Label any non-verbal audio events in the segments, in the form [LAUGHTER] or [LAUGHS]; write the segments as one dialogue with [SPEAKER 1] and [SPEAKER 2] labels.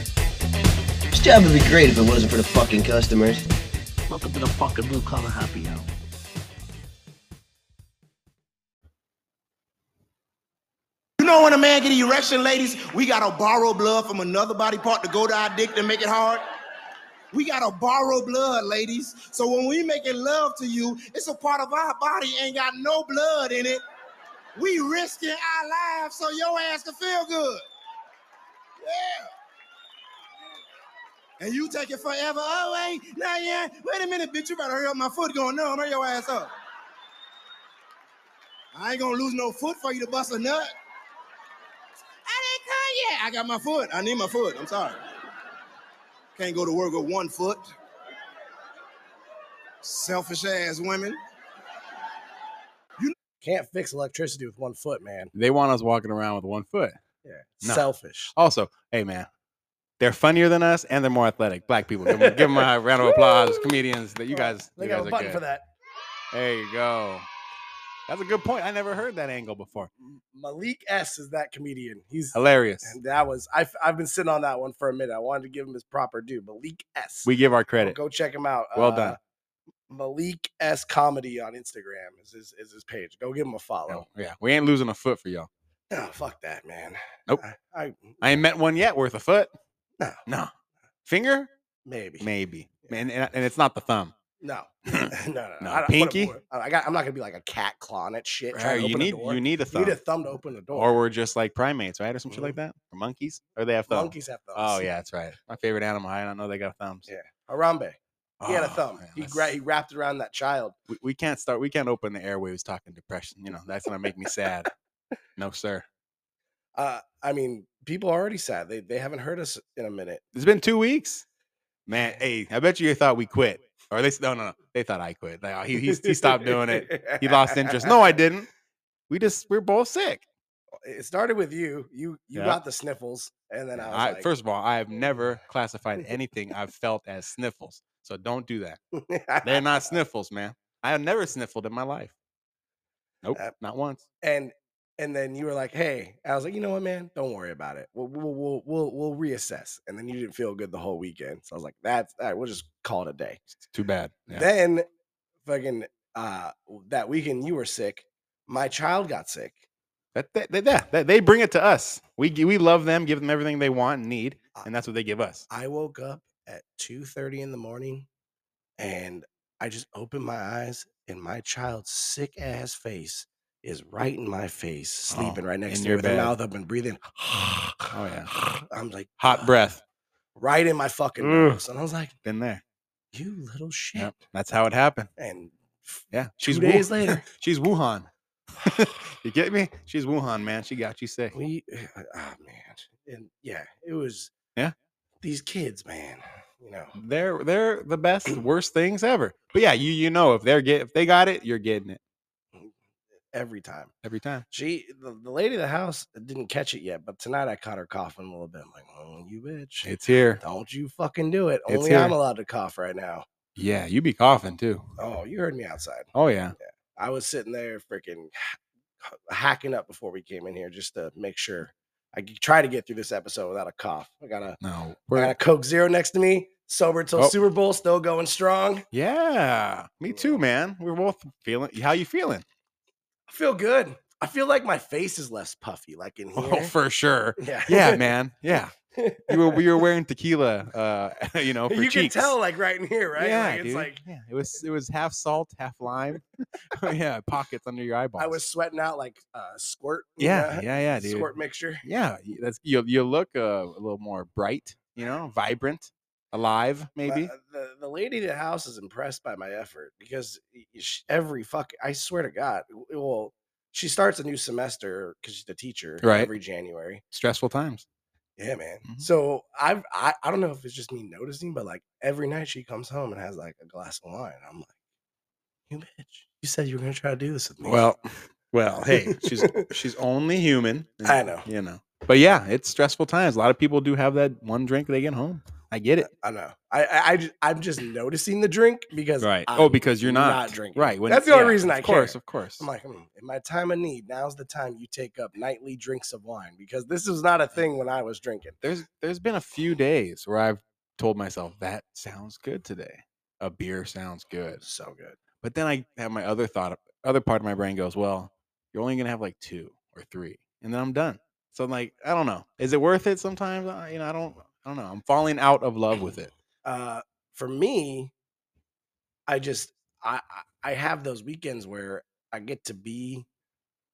[SPEAKER 1] This job would be great if it wasn't for the fucking customers.
[SPEAKER 2] Welcome to the fucking blue collar happy hour.
[SPEAKER 3] You know when a man get erection, ladies, we gotta borrow blood from another body part to go to our dick to make it hard. We gotta borrow blood, ladies. So when we making love to you, it's a part of our body ain't got no blood in it. We risking our lives so your ass can feel good. Yeah. And you take it forever. Oh wait, nah, yeah. Wait a minute, bitch. You better hurry up. My foot going numb. Hurry your ass up. I ain't gonna lose no foot for you to bust a nut. I didn't come yet. I got my foot. I need my foot. I'm sorry. Can't go to work with one foot. Selfish ass women.
[SPEAKER 4] Can't fix electricity with one foot, man.
[SPEAKER 5] They want us walking around with one foot.
[SPEAKER 4] Yeah.
[SPEAKER 5] No.
[SPEAKER 4] Selfish.
[SPEAKER 5] Also, hey man, they're funnier than us and they're more athletic. Black people, give them, give
[SPEAKER 4] [LAUGHS]
[SPEAKER 5] 'em a round of applause. Comedians, that you guys,
[SPEAKER 4] They
[SPEAKER 5] you
[SPEAKER 4] got
[SPEAKER 5] guys
[SPEAKER 4] a
[SPEAKER 5] are
[SPEAKER 4] button
[SPEAKER 5] good.
[SPEAKER 4] for that.
[SPEAKER 5] There you go. That's a good point. I never heard that angle before.
[SPEAKER 4] Malik S is that comedian. He's
[SPEAKER 5] Hilarious.
[SPEAKER 4] and that was I've I've been sitting on that one for a minute. I wanted to give him his proper due. Malik S.
[SPEAKER 5] We give our
[SPEAKER 4] Go-
[SPEAKER 5] credit.
[SPEAKER 4] Go uh, check him out.
[SPEAKER 5] Well done.
[SPEAKER 4] Malik S comedy on Instagram is his is his page. Go give him a follow.
[SPEAKER 5] Yeah, we ain't losing a foot for y'all.
[SPEAKER 4] Oh, fuck that, man.
[SPEAKER 5] Nope.
[SPEAKER 4] I, I
[SPEAKER 5] I ain't met one yet worth a foot.
[SPEAKER 4] No.
[SPEAKER 5] no. Finger,
[SPEAKER 4] maybe.
[SPEAKER 5] maybe, and, and, and it's not the thumb. [LAUGHS]
[SPEAKER 4] No. [LAUGHS] no, no, no.
[SPEAKER 5] No,
[SPEAKER 4] I don't- what a-
[SPEAKER 5] pinky?
[SPEAKER 4] what a- I got I'm not gonna be like a cat clawing at shit. Trying
[SPEAKER 5] Right,
[SPEAKER 4] to
[SPEAKER 5] you
[SPEAKER 4] open
[SPEAKER 5] need
[SPEAKER 4] a door.
[SPEAKER 5] you need
[SPEAKER 4] You
[SPEAKER 5] a thumb,
[SPEAKER 4] need a thumb Mm-hmm. to open the door.
[SPEAKER 5] or we're just like primates, right, or some shit like that, or monkeys, or they have thumbs.
[SPEAKER 4] Monkeys have thumbs.
[SPEAKER 5] Oh yeah, that's right. My favorite animal. I don't know they got thumbs.
[SPEAKER 4] Yeah. Harambe. He had a
[SPEAKER 5] Oh,
[SPEAKER 4] thumb.
[SPEAKER 5] man,
[SPEAKER 4] he,
[SPEAKER 5] that's-
[SPEAKER 4] gra- he wrapped it around that child.
[SPEAKER 5] we, we can't start. We can't open the airwaves talking depression. You know that's gonna make me sad. [LAUGHS] No sir.
[SPEAKER 4] Uh, I mean, people are already sad. They they haven't heard us in a minute.
[SPEAKER 5] It's been two weeks, man. Hey, I bet you, you thought we quit, or they s- no no no. They thought I quit. Like, oh, he, he he stopped doing it.
[SPEAKER 4] [LAUGHS]
[SPEAKER 5] He lost interest. No, I didn't. We just we're both sick.
[SPEAKER 4] It started with you. You you
[SPEAKER 5] Yeah.
[SPEAKER 4] got the sniffles, and then I was
[SPEAKER 5] I,
[SPEAKER 4] like,
[SPEAKER 5] first of all, I have never classified anything I've felt as sniffles. So don't do that. They're [LAUGHS] not sniffles, man. I have never sniffled in my life. Nope,
[SPEAKER 4] Uh,
[SPEAKER 5] not once.
[SPEAKER 4] [LAUGHS] and and then you were like, hey, I was like, you know what, man, don't worry about it. We'll we'll we'll we'll, we'll reassess. And then you didn't feel good the whole weekend, so I was like, that's all right. We'll just call it a day.
[SPEAKER 5] It's too bad. Yeah.
[SPEAKER 4] Then, fucking, uh, that weekend you were sick. My child got sick.
[SPEAKER 5] That, that, that, that- that- they bring it to us. We gi- we love them, give them everything they want and need,
[SPEAKER 4] Uh,
[SPEAKER 5] and that's what they give us.
[SPEAKER 4] I woke up at 2:30 in the morning and I just opened my eyes and my child's sick ass face is right in my face,
[SPEAKER 5] Oh,
[SPEAKER 4] sleeping right next to
[SPEAKER 5] in
[SPEAKER 4] me
[SPEAKER 5] your
[SPEAKER 4] with her
[SPEAKER 5] bed.
[SPEAKER 4] mouth open, breathing. Oh
[SPEAKER 5] [SIGHS] yeah.
[SPEAKER 4] I'm like
[SPEAKER 5] Hot breath.
[SPEAKER 4] right in my fucking
[SPEAKER 5] Ugh.
[SPEAKER 4] nose. And I was like,
[SPEAKER 5] Ah, Been there.
[SPEAKER 4] you little shit.
[SPEAKER 5] Yep. That's how it happened.
[SPEAKER 4] And
[SPEAKER 5] Yeah. She's
[SPEAKER 4] Two days
[SPEAKER 5] Wu-
[SPEAKER 4] later.
[SPEAKER 5] She's Wuhan. [LAUGHS] you get me? She's Wuhan, man. She got you sick.
[SPEAKER 4] we ah man. And yeah, it was
[SPEAKER 5] Yeah.
[SPEAKER 4] These kids, man. You know.
[SPEAKER 5] They're they're the best, [CLEARS THROAT] worst things ever. But yeah, you you know if they're get if they got it, you're getting it
[SPEAKER 4] Every time.
[SPEAKER 5] every time.
[SPEAKER 4] She, the, the lady of the house, didn't catch it yet, but tonight I caught her coughing a little bit. I'm like, oh, you bitch.
[SPEAKER 5] It's here.
[SPEAKER 4] Don't you fucking do it.
[SPEAKER 5] It's
[SPEAKER 4] Only I'm
[SPEAKER 5] here.
[SPEAKER 4] allowed to cough right now.
[SPEAKER 5] Yeah, you be coughing too.
[SPEAKER 4] Oh, you heard me outside.
[SPEAKER 5] Oh yeah.
[SPEAKER 4] I was sitting there freaking hacking up before we came in here just to make sure I could try to get through this episode without a cough. I got a,
[SPEAKER 5] No.
[SPEAKER 4] I
[SPEAKER 5] We're,
[SPEAKER 4] got a Coke Zero next to me, sober till
[SPEAKER 5] Oh.
[SPEAKER 4] Super Bowl, still going strong.
[SPEAKER 5] yeah. Me
[SPEAKER 4] Yeah.
[SPEAKER 5] too, man. We're both feeling how you feeling?
[SPEAKER 4] I feel good. I feel like my face is less puffy, like in here.
[SPEAKER 5] [LAUGHS] Oh, for sure.
[SPEAKER 4] yeah. [LAUGHS]
[SPEAKER 5] Yeah, man. Yeah. You were you were wearing tequila uh [LAUGHS] you know for
[SPEAKER 4] you
[SPEAKER 5] cheeks.
[SPEAKER 4] can tell like right in here, right?
[SPEAKER 5] Yeah,
[SPEAKER 4] like, it's
[SPEAKER 5] dude.
[SPEAKER 4] like
[SPEAKER 5] yeah, it was it was half salt, half lime. [LAUGHS] Oh, yeah, pockets under your eyeballs.
[SPEAKER 4] I was sweating out like uh, squirt. you
[SPEAKER 5] Yeah,
[SPEAKER 4] know, [LAUGHS]
[SPEAKER 5] yeah, yeah, dude.
[SPEAKER 4] Squirt mixture.
[SPEAKER 5] Yeah, y- that's you. You look uh, a little more bright, you know, vibrant, alive,
[SPEAKER 4] Uh,
[SPEAKER 5] maybe.
[SPEAKER 4] the, the lady at the house is impressed by my effort because y- y- sh- every fuck, I swear to God, w- well, she starts a new semester because she's a teacher
[SPEAKER 5] Right.
[SPEAKER 4] every January.
[SPEAKER 5] Stressful times.
[SPEAKER 4] Yeah, man.
[SPEAKER 5] Mhm.
[SPEAKER 4] So I've, I, I don't know if it's just me noticing, but like every night she comes home and has like a glass of wine. I'm like, you bitch, you said you were going to try to do this with me.
[SPEAKER 5] well, hey, she's
[SPEAKER 4] [LAUGHS]
[SPEAKER 5] she's only human. and,
[SPEAKER 4] I know.
[SPEAKER 5] you know. But yeah, it's stressful times. A lot of people do have that one drink they get home. I get it.
[SPEAKER 4] I know. I, I, I just, I'm just noticing the drink because
[SPEAKER 5] Right.
[SPEAKER 4] I'm
[SPEAKER 5] oh, because you're not,
[SPEAKER 4] drinking.
[SPEAKER 5] Right.
[SPEAKER 4] That's the only reason I
[SPEAKER 5] Of course,
[SPEAKER 4] care.
[SPEAKER 5] of course.
[SPEAKER 4] I'm like, hmm, in my time of need, now's the time you take up nightly drinks of wine because this was
[SPEAKER 5] Mm-hmm.
[SPEAKER 4] not a thing when I was drinking.
[SPEAKER 5] there's there's been a few days where I've told myself that sounds good today. A beer sounds good.
[SPEAKER 4] So good.
[SPEAKER 5] But then I have my other thought, other part of my brain goes, well, you're only gonna have like two or three, and then I'm done. So I'm like, I don't know. Is it worth it? Sometimes, I, you know, I don't, I don't know. I'm falling out of love with it.
[SPEAKER 4] Uh, for me, I just I I- I have those weekends where I get to be,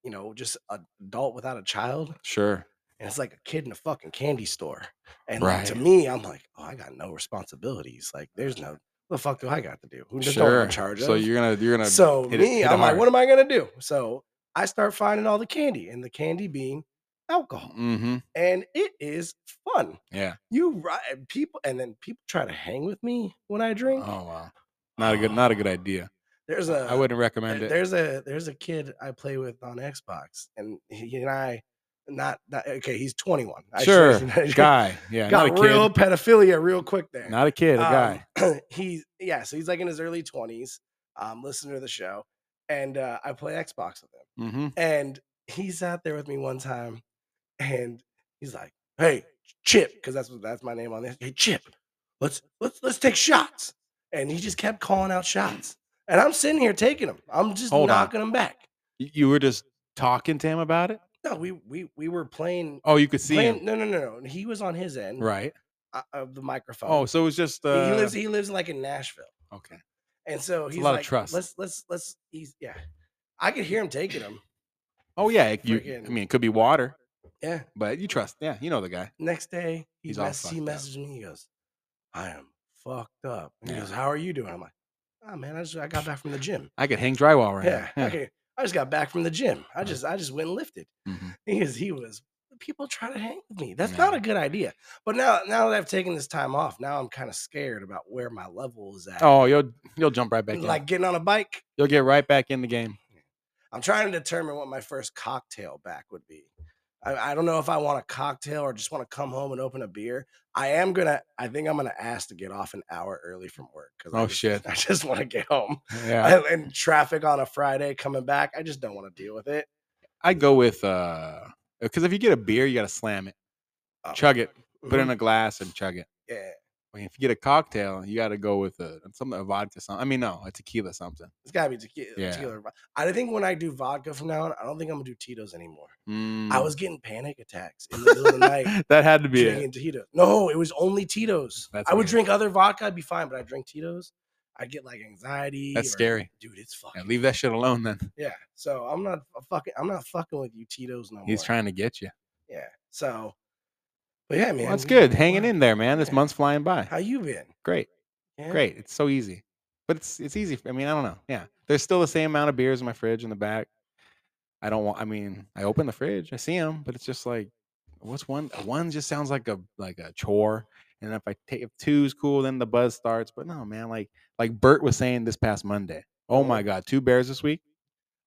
[SPEAKER 4] you know, just an adult without a child,
[SPEAKER 5] Sure.
[SPEAKER 4] and it's like a kid in a fucking candy store. And like, to
[SPEAKER 5] Right.
[SPEAKER 4] me, I'm like, oh, I got no responsibilities. Like, there's no what the fuck do I got to do? Who just don't
[SPEAKER 5] Sure.
[SPEAKER 4] want charge
[SPEAKER 5] so
[SPEAKER 4] of?
[SPEAKER 5] you're gonna, you're gonna.
[SPEAKER 4] so
[SPEAKER 5] hit it-
[SPEAKER 4] me,
[SPEAKER 5] hit 'em
[SPEAKER 4] I'm like,
[SPEAKER 5] hard.
[SPEAKER 4] what am I gonna do? So I start finding all the candy, and the candy being alcohol,
[SPEAKER 5] Mm-hmm.
[SPEAKER 4] and it is fun.
[SPEAKER 5] Yeah.
[SPEAKER 4] You right, people, and then people try to hang with me when I
[SPEAKER 5] Oh
[SPEAKER 4] drink.
[SPEAKER 5] wow. Not a good, not a good idea.
[SPEAKER 4] There's a
[SPEAKER 5] I wouldn't
[SPEAKER 4] Uh, there-
[SPEAKER 5] recommend it.
[SPEAKER 4] there's a there's a kid I play with on Xbox, and he and I, not, not okay, he's 21. I
[SPEAKER 5] Sure,
[SPEAKER 4] shouldn't- [LAUGHS] I
[SPEAKER 5] guy. Yeah,
[SPEAKER 4] got
[SPEAKER 5] not a
[SPEAKER 4] real
[SPEAKER 5] kid.
[SPEAKER 4] pedophilia real quick there.
[SPEAKER 5] Not a kid. A guy.
[SPEAKER 4] Um, [CLEARS THROAT] he's yeah, so he's like in his early 20s. Um, listener to the show, and uh, I play Xbox with him.
[SPEAKER 5] Mm-hmm.
[SPEAKER 4] And he's out there with me one time, and he's like, "Hey, Chip," because that's what that's my name on this. Hey, Chip, let's let's let's take shots. And he just kept calling out shots, and I'm sitting here taking them. I'm just
[SPEAKER 5] Hold on.
[SPEAKER 4] knocking them back.
[SPEAKER 5] You were just talking to him about it.
[SPEAKER 4] No, we we we were playing.
[SPEAKER 5] Oh, you could see
[SPEAKER 4] playing
[SPEAKER 5] him.
[SPEAKER 4] No, no, no, no. He was on his end
[SPEAKER 5] Right.
[SPEAKER 4] uh, of the microphone.
[SPEAKER 5] Oh, so it was just. Uh,
[SPEAKER 4] he he lives. He lives like in Nashville.
[SPEAKER 5] Okay.
[SPEAKER 4] And so
[SPEAKER 5] It's a
[SPEAKER 4] he's
[SPEAKER 5] lot of
[SPEAKER 4] like,
[SPEAKER 5] trust.
[SPEAKER 4] let's let's let's he's yeah. I could hear him taking them.
[SPEAKER 5] Oh yeah. it- You, I
[SPEAKER 4] Friggin-
[SPEAKER 5] mean, it could be water,
[SPEAKER 4] Yeah.
[SPEAKER 5] but you trust. Yeah, you know the guy.
[SPEAKER 4] Next day he
[SPEAKER 5] He's all
[SPEAKER 4] mess- he
[SPEAKER 5] fucked up.
[SPEAKER 4] messaged me, he goes, I am fucked up. And
[SPEAKER 5] Yeah.
[SPEAKER 4] He goes, How are you doing? I'm like, oh man, I just I got back from the gym.
[SPEAKER 5] I could hang drywall [LAUGHS] right
[SPEAKER 4] yeah.
[SPEAKER 5] [LAUGHS] now.
[SPEAKER 4] Okay. I just got back from the gym. I
[SPEAKER 5] Right.
[SPEAKER 4] just I just went and lifted.
[SPEAKER 5] Mhm.
[SPEAKER 4] Because [LAUGHS] he was people try to hang with me. That's
[SPEAKER 5] Yeah.
[SPEAKER 4] not a good idea. But now now that I've taken this time off, now I'm kind of scared about where my level is at.
[SPEAKER 5] Oh, you'll you'll jump right back in.
[SPEAKER 4] like getting on a bike.
[SPEAKER 5] you'll get right back in the game.
[SPEAKER 4] I'm trying to determine what my first cocktail back would be. I, I don't know if I want a cocktail or just want to come home and open a beer. I am gonna. I think I'm gonna ask to get off an hour early from work. 'cause I
[SPEAKER 5] Oh,
[SPEAKER 4] just,
[SPEAKER 5] shit.
[SPEAKER 4] [LAUGHS] I just want to get home.
[SPEAKER 5] [LAUGHS] Yeah.
[SPEAKER 4] And, and traffic on a Friday coming back, I just don't want to deal with it.
[SPEAKER 5] I go with uh, because if you get a beer, you gotta slam it,
[SPEAKER 4] Oh,
[SPEAKER 5] chug it, put it in
[SPEAKER 4] mhm,
[SPEAKER 5] a glass and chug it.
[SPEAKER 4] yeah,
[SPEAKER 5] I mean, if you get a cocktail, you gotta go with a something a vodka something. I mean, no, a tequila something.
[SPEAKER 4] it's gotta be tequila.
[SPEAKER 5] Yeah.
[SPEAKER 4] tequila. I think when I do vodka from now on, I don't think I'm gonna do Tito's anymore. I
[SPEAKER 5] Mm,
[SPEAKER 4] was getting panic attacks in the middle of the night.
[SPEAKER 5] [LAUGHS] that had to be it.
[SPEAKER 4] drinking Tito's. No, it was only Tito's.
[SPEAKER 5] That's
[SPEAKER 4] I would
[SPEAKER 5] weird.
[SPEAKER 4] drink other vodka, I'd be fine, but I drink Tito's. I'd get like anxiety.
[SPEAKER 5] That's
[SPEAKER 4] or-
[SPEAKER 5] scary.
[SPEAKER 4] Dude, it's
[SPEAKER 5] Yeah,
[SPEAKER 4] fucking
[SPEAKER 5] leave that shit alone.
[SPEAKER 4] [LAUGHS]
[SPEAKER 5] Then
[SPEAKER 4] Yeah. So I'm not a fucking I'm not fucking with you Tito's no more.
[SPEAKER 5] he's trying to get you.
[SPEAKER 4] Yeah. So but yeah, man.
[SPEAKER 5] Well, that's
[SPEAKER 4] we-
[SPEAKER 5] good. Hanging
[SPEAKER 4] wow.
[SPEAKER 5] in there, man. This
[SPEAKER 4] Yeah.
[SPEAKER 5] month's flying by.
[SPEAKER 4] How you been?
[SPEAKER 5] Great.
[SPEAKER 4] Yeah?
[SPEAKER 5] Great. It's so easy. But it's it's easy. f- I mean, I don't know. Yeah. There's still the same amount of beers in my fridge in the back. I don't want I mean, I open the fridge, I see them, but it's just like what's one one just sounds like a like a chore. And if I take if two's cool, then the buzz starts. But no, man, like like Bert was saying this past Monday. Oh my god, two bears this week.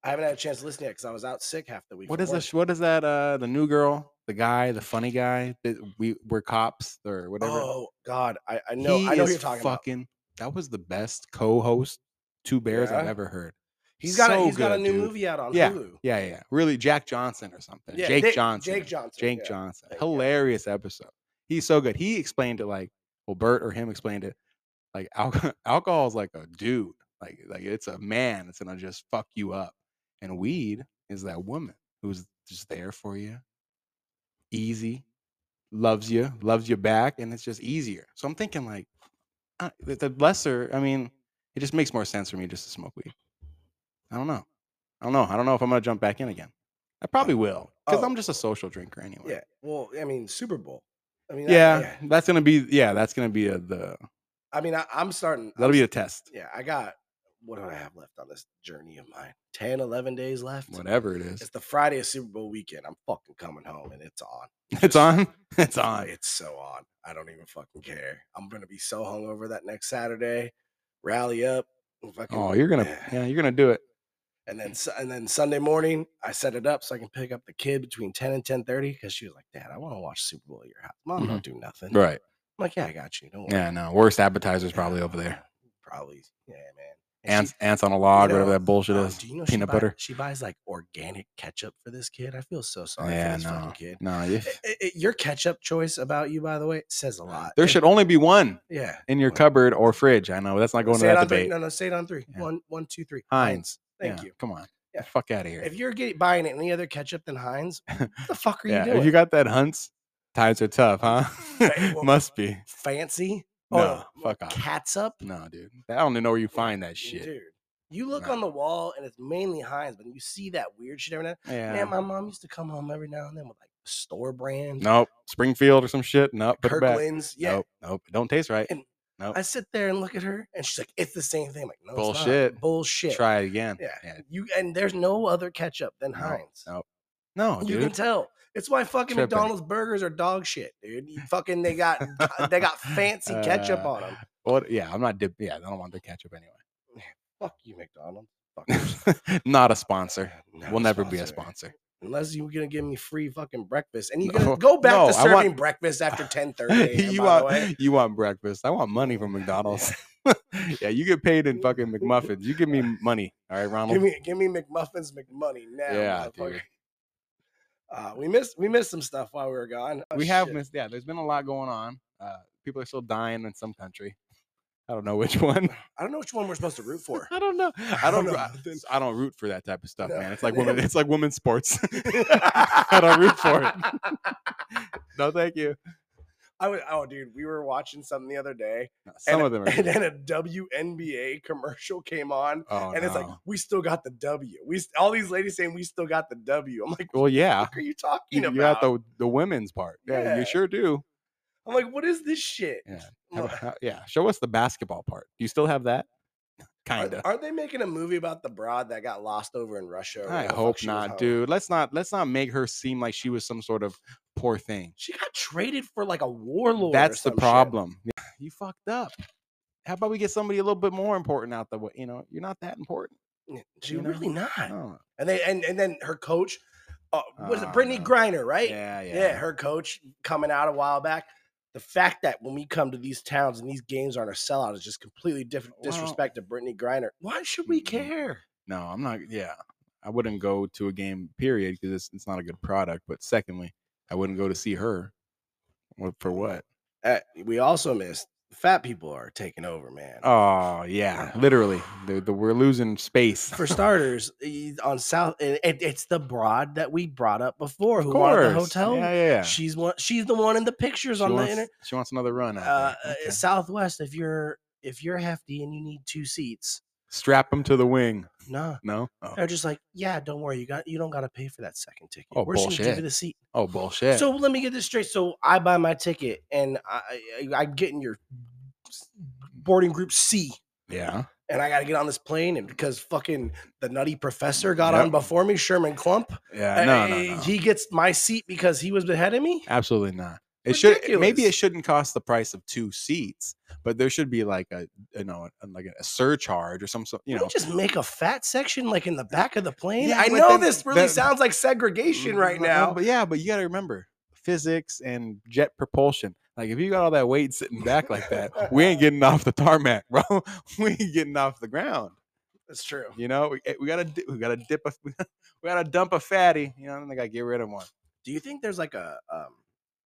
[SPEAKER 4] I haven't had a chance to listen yet because I was out sick half the week.
[SPEAKER 5] What
[SPEAKER 4] from
[SPEAKER 5] is
[SPEAKER 4] work.
[SPEAKER 5] this? What is that? Uh, the new girl, the guy, the funny guy that we we're cops or whatever.
[SPEAKER 4] Oh God. I, I know I know
[SPEAKER 5] is
[SPEAKER 4] who you're talking about.
[SPEAKER 5] fucking, That was the best co-host two bears I've
[SPEAKER 4] Yeah.
[SPEAKER 5] ever heard.
[SPEAKER 4] He's got a,
[SPEAKER 5] so
[SPEAKER 4] he's got a
[SPEAKER 5] good,
[SPEAKER 4] new
[SPEAKER 5] dude.
[SPEAKER 4] movie out on
[SPEAKER 5] Yeah.
[SPEAKER 4] Hulu.
[SPEAKER 5] Yeah, yeah, yeah. really Jack Johnson or something. Jake
[SPEAKER 4] Dick-
[SPEAKER 5] Johnson.
[SPEAKER 4] Jake Johnson.
[SPEAKER 5] Jake
[SPEAKER 4] yeah.
[SPEAKER 5] Johnson.
[SPEAKER 4] Thank you.
[SPEAKER 5] Hilarious episode. He's so good. He explained it like, well, Bert or him explained it like alcohol, [LAUGHS] alcohol is like a dude, like like it's a man that's gonna just fuck you up, and weed is that woman who's just there for you, easy, loves you, loves you back, and it's just easier. So I'm thinking like, uh, the the lesser. I mean, it just makes more sense for me just to smoke weed. I don't know. I don't know. I don't know if I'm gonna jump back in again. I probably will because
[SPEAKER 4] Oh.
[SPEAKER 5] I'm just a social drinker anyway.
[SPEAKER 4] Yeah. Well, I mean Super Bowl. I mean that-
[SPEAKER 5] Yeah, that's gonna be yeah, that's gonna be a, the
[SPEAKER 4] I mean, I, I'm starting.
[SPEAKER 5] that'll be a test,
[SPEAKER 4] yeah, I got what do I have left on this journey of mine? 10, 11 days left.
[SPEAKER 5] whatever it is.
[SPEAKER 4] It's the Friday of Super Bowl weekend. I'm fucking coming home and it's on.
[SPEAKER 5] [LAUGHS] It's on. [LAUGHS] It's
[SPEAKER 4] It's
[SPEAKER 5] on.
[SPEAKER 4] It's so on. I don't even fucking care. I'm gonna be so hungover that next Saturday. Rally up. and Fucking,
[SPEAKER 5] Oh, you're gonna
[SPEAKER 4] Yeah.
[SPEAKER 5] yeah, you're gonna do it.
[SPEAKER 4] and then Su- and then Sunday morning, I set it up so I can pick up the kid between 10 and 10 30 because she was like, Dad, I want to watch Super Bowl at your house. Mom,
[SPEAKER 5] Mhm.
[SPEAKER 4] don't do nothing.
[SPEAKER 5] Right.
[SPEAKER 4] like, yeah, I got you. Don't worry.
[SPEAKER 5] Yeah, no. Worst appetizers probably over there.
[SPEAKER 4] Probably. Yeah, man. And
[SPEAKER 5] Ants,
[SPEAKER 4] she-
[SPEAKER 5] ants on a log,
[SPEAKER 4] know,
[SPEAKER 5] whatever that bullshit
[SPEAKER 4] oh,
[SPEAKER 5] is.
[SPEAKER 4] do you know she
[SPEAKER 5] Peanut
[SPEAKER 4] buy-
[SPEAKER 5] butter.
[SPEAKER 4] She buys like organic ketchup for this kid. I feel so sorry
[SPEAKER 5] Yeah,
[SPEAKER 4] for this
[SPEAKER 5] no.
[SPEAKER 4] fucking kid.
[SPEAKER 5] No, if,
[SPEAKER 4] I- I- your ketchup choice about you, by the way, says a lot.
[SPEAKER 5] there
[SPEAKER 4] It-
[SPEAKER 5] should only be one
[SPEAKER 4] yeah.
[SPEAKER 5] in your
[SPEAKER 4] Well,
[SPEAKER 5] cupboard or fridge. I know that's not going to
[SPEAKER 4] say it
[SPEAKER 5] that
[SPEAKER 4] on three.
[SPEAKER 5] debate.
[SPEAKER 4] No, no, say it on three.
[SPEAKER 5] Yeah.
[SPEAKER 4] One, one, two, three.
[SPEAKER 5] Heinz.
[SPEAKER 4] Thank
[SPEAKER 5] Yeah,
[SPEAKER 4] you.
[SPEAKER 5] Come on.
[SPEAKER 4] Yeah.
[SPEAKER 5] Fuck out of here.
[SPEAKER 4] If you're getting, buying any other ketchup than
[SPEAKER 5] [LAUGHS]
[SPEAKER 4] Heinz, what the fuck are you
[SPEAKER 5] yeah,
[SPEAKER 4] doing?
[SPEAKER 5] if you got that Hunts, times are tough, huh?
[SPEAKER 4] Hey, well-
[SPEAKER 5] [LAUGHS] Must be.
[SPEAKER 4] fancy. Oh,
[SPEAKER 5] No, fuck off.
[SPEAKER 4] Cats up.
[SPEAKER 5] No, dude. I don't even know where you find that shit.
[SPEAKER 4] Dude, you look
[SPEAKER 5] No.
[SPEAKER 4] on the wall and it's mainly Heinz, but you see that weird shit every now.
[SPEAKER 5] Yeah.
[SPEAKER 4] Man, my mom used to come home every now and then with like store brand,
[SPEAKER 5] Nope. Springfield or some shit. Nope. Put it back.
[SPEAKER 4] Kirkland's. Yeah,
[SPEAKER 5] Nope. Nope. It don't taste right.
[SPEAKER 4] And
[SPEAKER 5] nope.
[SPEAKER 4] I sit there and look at her, and she's like, "It's the same thing." I'm like, no, it's not.
[SPEAKER 5] Bullshit.
[SPEAKER 4] bullshit.
[SPEAKER 5] Try it again.
[SPEAKER 4] Yeah. You and there's no other ketchup than
[SPEAKER 5] No,
[SPEAKER 4] Heinz.
[SPEAKER 5] no, No,
[SPEAKER 4] you can
[SPEAKER 5] dude.
[SPEAKER 4] tell. It's why fucking
[SPEAKER 5] Tripping.
[SPEAKER 4] McDonald's burgers are dog shit, dude. You fucking they got
[SPEAKER 5] [LAUGHS]
[SPEAKER 4] uh, they got fancy ketchup
[SPEAKER 5] Uh,
[SPEAKER 4] on them.
[SPEAKER 5] What? Yeah, I'm not. Dip- yeah, I don't want the ketchup
[SPEAKER 4] Fuck you, McDonald's. Fuckers.
[SPEAKER 5] anyway. [LAUGHS] not a [LAUGHS] sponsor.
[SPEAKER 4] Not
[SPEAKER 5] we'll never be a
[SPEAKER 4] sponsored.
[SPEAKER 5] sponsor.
[SPEAKER 4] unless you're gonna give me free fucking breakfast, and you
[SPEAKER 5] No,
[SPEAKER 4] gonna go back
[SPEAKER 5] no, I
[SPEAKER 4] to serving
[SPEAKER 5] want-
[SPEAKER 4] breakfast after ten
[SPEAKER 5] [LAUGHS]
[SPEAKER 4] thirty.
[SPEAKER 5] you
[SPEAKER 4] by
[SPEAKER 5] want
[SPEAKER 4] the way.
[SPEAKER 5] you want breakfast. I want
[SPEAKER 4] [LAUGHS]
[SPEAKER 5] money from McDonald's. [LAUGHS] yeah, you get paid in fucking McMuffins. You give me money. All right, Ronald.
[SPEAKER 4] Give me, give me McMuffins, McMoney now.
[SPEAKER 5] Yeah,
[SPEAKER 4] motherfucker.
[SPEAKER 5] dude.
[SPEAKER 4] Uh, we missed, we missed some stuff while we were gone. Oh,
[SPEAKER 5] we have
[SPEAKER 4] shit.
[SPEAKER 5] missed. Yeah, there's been a lot going on. Uh, people are still dying in some country. I don't know which [LAUGHS] one.
[SPEAKER 4] I don't know which one we're supposed to root for.
[SPEAKER 5] [LAUGHS] I don't know. I
[SPEAKER 4] I
[SPEAKER 5] don't.
[SPEAKER 4] don't know.
[SPEAKER 5] I, I don't root for that type of stuff,
[SPEAKER 4] No.
[SPEAKER 5] man.
[SPEAKER 4] [LAUGHS]
[SPEAKER 5] It's like women. It's like women's sports. [LAUGHS] I don't root for it.
[SPEAKER 4] [LAUGHS]
[SPEAKER 5] No, thank you.
[SPEAKER 4] I was, oh, dude, we were watching something the other
[SPEAKER 5] [LAUGHS]
[SPEAKER 4] day,
[SPEAKER 5] Some
[SPEAKER 4] and,
[SPEAKER 5] of them are.
[SPEAKER 4] and then a WNBA commercial came on,
[SPEAKER 5] oh,
[SPEAKER 4] and it's like
[SPEAKER 5] no.
[SPEAKER 4] we still got the W. We st- all these ladies saying we still got the W. I'm like, what
[SPEAKER 5] well,
[SPEAKER 4] the
[SPEAKER 5] yeah.
[SPEAKER 4] fuck are you talking
[SPEAKER 5] You,
[SPEAKER 4] about?
[SPEAKER 5] you got the the women's part. Yeah,
[SPEAKER 4] Yeah.
[SPEAKER 5] you sure do.
[SPEAKER 4] I'm like, what is this shit?
[SPEAKER 5] Yeah.
[SPEAKER 4] I'm
[SPEAKER 5] How-
[SPEAKER 4] like,
[SPEAKER 5] how- yeah. Show us the basketball part. Do you still have that?
[SPEAKER 4] "Aren't-
[SPEAKER 5] [LAUGHS] Kinda.
[SPEAKER 4] Aren't they making a movie about the broad that got lost over in Russia? or
[SPEAKER 5] I
[SPEAKER 4] where the fuck
[SPEAKER 5] hope
[SPEAKER 4] she was
[SPEAKER 5] not,
[SPEAKER 4] hung?
[SPEAKER 5] dude. Let's not let's not make her seem like she was some sort of poor thing.
[SPEAKER 4] She got traded for like a warlord. or
[SPEAKER 5] That's the
[SPEAKER 4] some shit.
[SPEAKER 5] problem. Yeah, You fucked up. How about we get somebody a little bit more important out the way? You know, you're not that important.
[SPEAKER 4] Yeah, She
[SPEAKER 5] you know?
[SPEAKER 4] really not.
[SPEAKER 5] Oh,
[SPEAKER 4] And they and and then her coach, uh, was
[SPEAKER 5] Ah,
[SPEAKER 4] it Brittany
[SPEAKER 5] no.
[SPEAKER 4] Griner, right?
[SPEAKER 5] yeah, yeah.
[SPEAKER 4] her coach coming out a while back. The fact that when we come to these towns and these games aren't a sellout is just completely different
[SPEAKER 5] Well-
[SPEAKER 4] disrespect to Brittany Griner. Why should we
[SPEAKER 5] Mm.
[SPEAKER 4] care?
[SPEAKER 5] No, I'm not. Yeah, I wouldn't go to a game period because it's it's not a good product. But secondly, I wouldn't go to see her. What for? What?
[SPEAKER 4] Uh, we also missed fat people are taking over, man.
[SPEAKER 5] Oh yeah, literally. The, the, we're losing
[SPEAKER 4] [LAUGHS]
[SPEAKER 5] space. [LAUGHS]
[SPEAKER 4] for starters, y- on South, and it, it's the broad that we brought up before who wanted the hotel.
[SPEAKER 5] Yeah, yeah. yeah.
[SPEAKER 4] She's one. She's the one in the pictures
[SPEAKER 5] She
[SPEAKER 4] on
[SPEAKER 5] wants,
[SPEAKER 4] the internet.
[SPEAKER 5] she wants another run. Out
[SPEAKER 4] Uh,
[SPEAKER 5] there.
[SPEAKER 4] uh,
[SPEAKER 5] Okay.
[SPEAKER 4] Southwest, if you're if you're hefty and you need two seats,
[SPEAKER 5] Strap him to the wing.
[SPEAKER 4] nah.
[SPEAKER 5] No. Oh,
[SPEAKER 4] They're just like, yeah, don't worry, you got you don't got to pay for that second ticket.
[SPEAKER 5] Oh,
[SPEAKER 4] We're just gonna give
[SPEAKER 5] bullshit.
[SPEAKER 4] you the seat.
[SPEAKER 5] Oh, bullshit.
[SPEAKER 4] So let me get this straight. So I buy my ticket and I, I I'm getting your boarding group C.
[SPEAKER 5] yeah.
[SPEAKER 4] [LAUGHS] and I got to get on this plane. And because fucking the nutty professor got
[SPEAKER 5] Yep.
[SPEAKER 4] on before me, Sherman Clump,
[SPEAKER 5] Yeah. No.
[SPEAKER 4] eh,
[SPEAKER 5] No. no.
[SPEAKER 4] he gets my seat because he was ahead of me.
[SPEAKER 5] Absolutely not. It should maybe it
[SPEAKER 4] ridiculous.
[SPEAKER 5] shouldn't cost the price of two seats, but there should be like a you know a- like a surcharge or some sort. You
[SPEAKER 4] You
[SPEAKER 5] know,
[SPEAKER 4] we just make a fat section like in the back of the plane.
[SPEAKER 5] Yeah,
[SPEAKER 4] I
[SPEAKER 5] but
[SPEAKER 4] know
[SPEAKER 5] then
[SPEAKER 4] this really
[SPEAKER 5] the-
[SPEAKER 4] sounds like segregation right
[SPEAKER 5] Mm, no,
[SPEAKER 4] now.
[SPEAKER 5] But yeah, but you got to remember physics and jet propulsion. Like if you got all that weight sitting back like that, we ain't getting off the tarmac, [LAUGHS] bro. We ain't getting off the ground.
[SPEAKER 4] That's true.
[SPEAKER 5] You know, we, eh, we gotta di- we gotta dip a [LAUGHS] we gotta dump a fatty. You know, and they gotta get rid of one.
[SPEAKER 4] Do you think there's like a um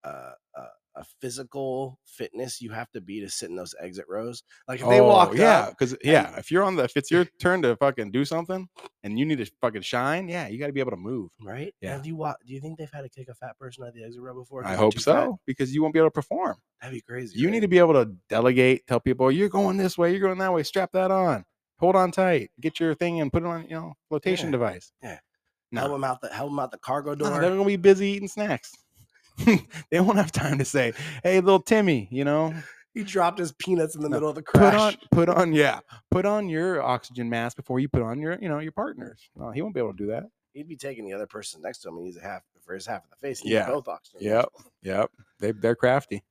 [SPEAKER 4] uh, uh, a physical fitness you have to be to sit in those exit rows? Like if they walked
[SPEAKER 5] Oh, yeah,
[SPEAKER 4] up,
[SPEAKER 5] because yeah, if you're on the if it's your turn to fucking do something and you need to fucking shine, yeah, you gotta be able to move.
[SPEAKER 4] right?
[SPEAKER 5] Yeah.
[SPEAKER 4] Now, do you walk, Do you think they've had to kick a fat person out of the exit row before?
[SPEAKER 5] I
[SPEAKER 4] 'cause they're
[SPEAKER 5] hope
[SPEAKER 4] too fat?
[SPEAKER 5] so because you won't be able to perform.
[SPEAKER 4] That'd be crazy.
[SPEAKER 5] You
[SPEAKER 4] right?
[SPEAKER 5] need to be able to delegate, tell people "Oh, you're going this way, you're going that way, strap that on, hold on tight, get your thing and put it on, you know, flotation
[SPEAKER 4] Yeah,
[SPEAKER 5] device.
[SPEAKER 4] yeah. help
[SPEAKER 5] No,
[SPEAKER 4] them out the help them out the cargo
[SPEAKER 5] no,
[SPEAKER 4] door.
[SPEAKER 5] they're gonna be busy eating snacks. [LAUGHS] they won't have time to say, "Hey, little Timmy, you know,
[SPEAKER 4] He dropped his peanuts in the
[SPEAKER 5] No,
[SPEAKER 4] middle of the
[SPEAKER 5] put
[SPEAKER 4] crash.
[SPEAKER 5] on, put on, yeah, put on your oxygen mask before you put on your, you know, your partner's." No, he won't be able to do that.
[SPEAKER 4] He'd be taking the other person next to him, and he's a half for his half of the face.
[SPEAKER 5] Yeah,
[SPEAKER 4] Yeah, both oxygen.
[SPEAKER 5] yep. Yep, they they're crafty.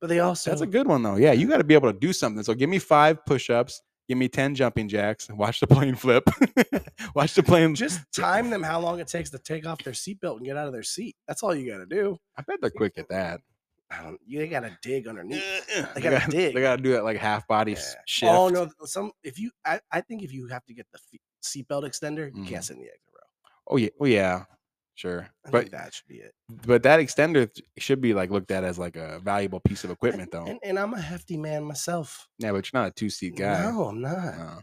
[SPEAKER 4] but they also
[SPEAKER 5] That's a good one though. Yeah, you got to be able to do something. So give me five push-ups, give me ten jumping jacks, and watch the plane flip, [LAUGHS] watch the plane. [LAUGHS]
[SPEAKER 4] just time them how long it takes to take off their seatbelt and get out of their seat. That's all you got to do.
[SPEAKER 5] I bet they're quick at that.
[SPEAKER 4] I don't, you ain't got to dig
[SPEAKER 5] [CLEARS THROAT]
[SPEAKER 4] underneath.
[SPEAKER 5] they
[SPEAKER 4] gotta
[SPEAKER 5] gotta,
[SPEAKER 4] dig.
[SPEAKER 5] They gotta do that like half body
[SPEAKER 4] Yeah.
[SPEAKER 5] s- shift.
[SPEAKER 4] Oh no, some if you, I, I think if you have to get the fe- seatbelt extender, you
[SPEAKER 5] Mm-hmm.
[SPEAKER 4] can't sit in the exit row.
[SPEAKER 5] Oh yeah. Oh yeah. Sure.
[SPEAKER 4] I
[SPEAKER 5] But
[SPEAKER 4] think that should be it.
[SPEAKER 5] but that extender th- should be like looked at as like a valuable piece of equipment though.
[SPEAKER 4] And, and I'm a hefty man myself.
[SPEAKER 5] yeah, but you're not a two seat guy.
[SPEAKER 4] No, I'm not. [LAUGHS]
[SPEAKER 5] No.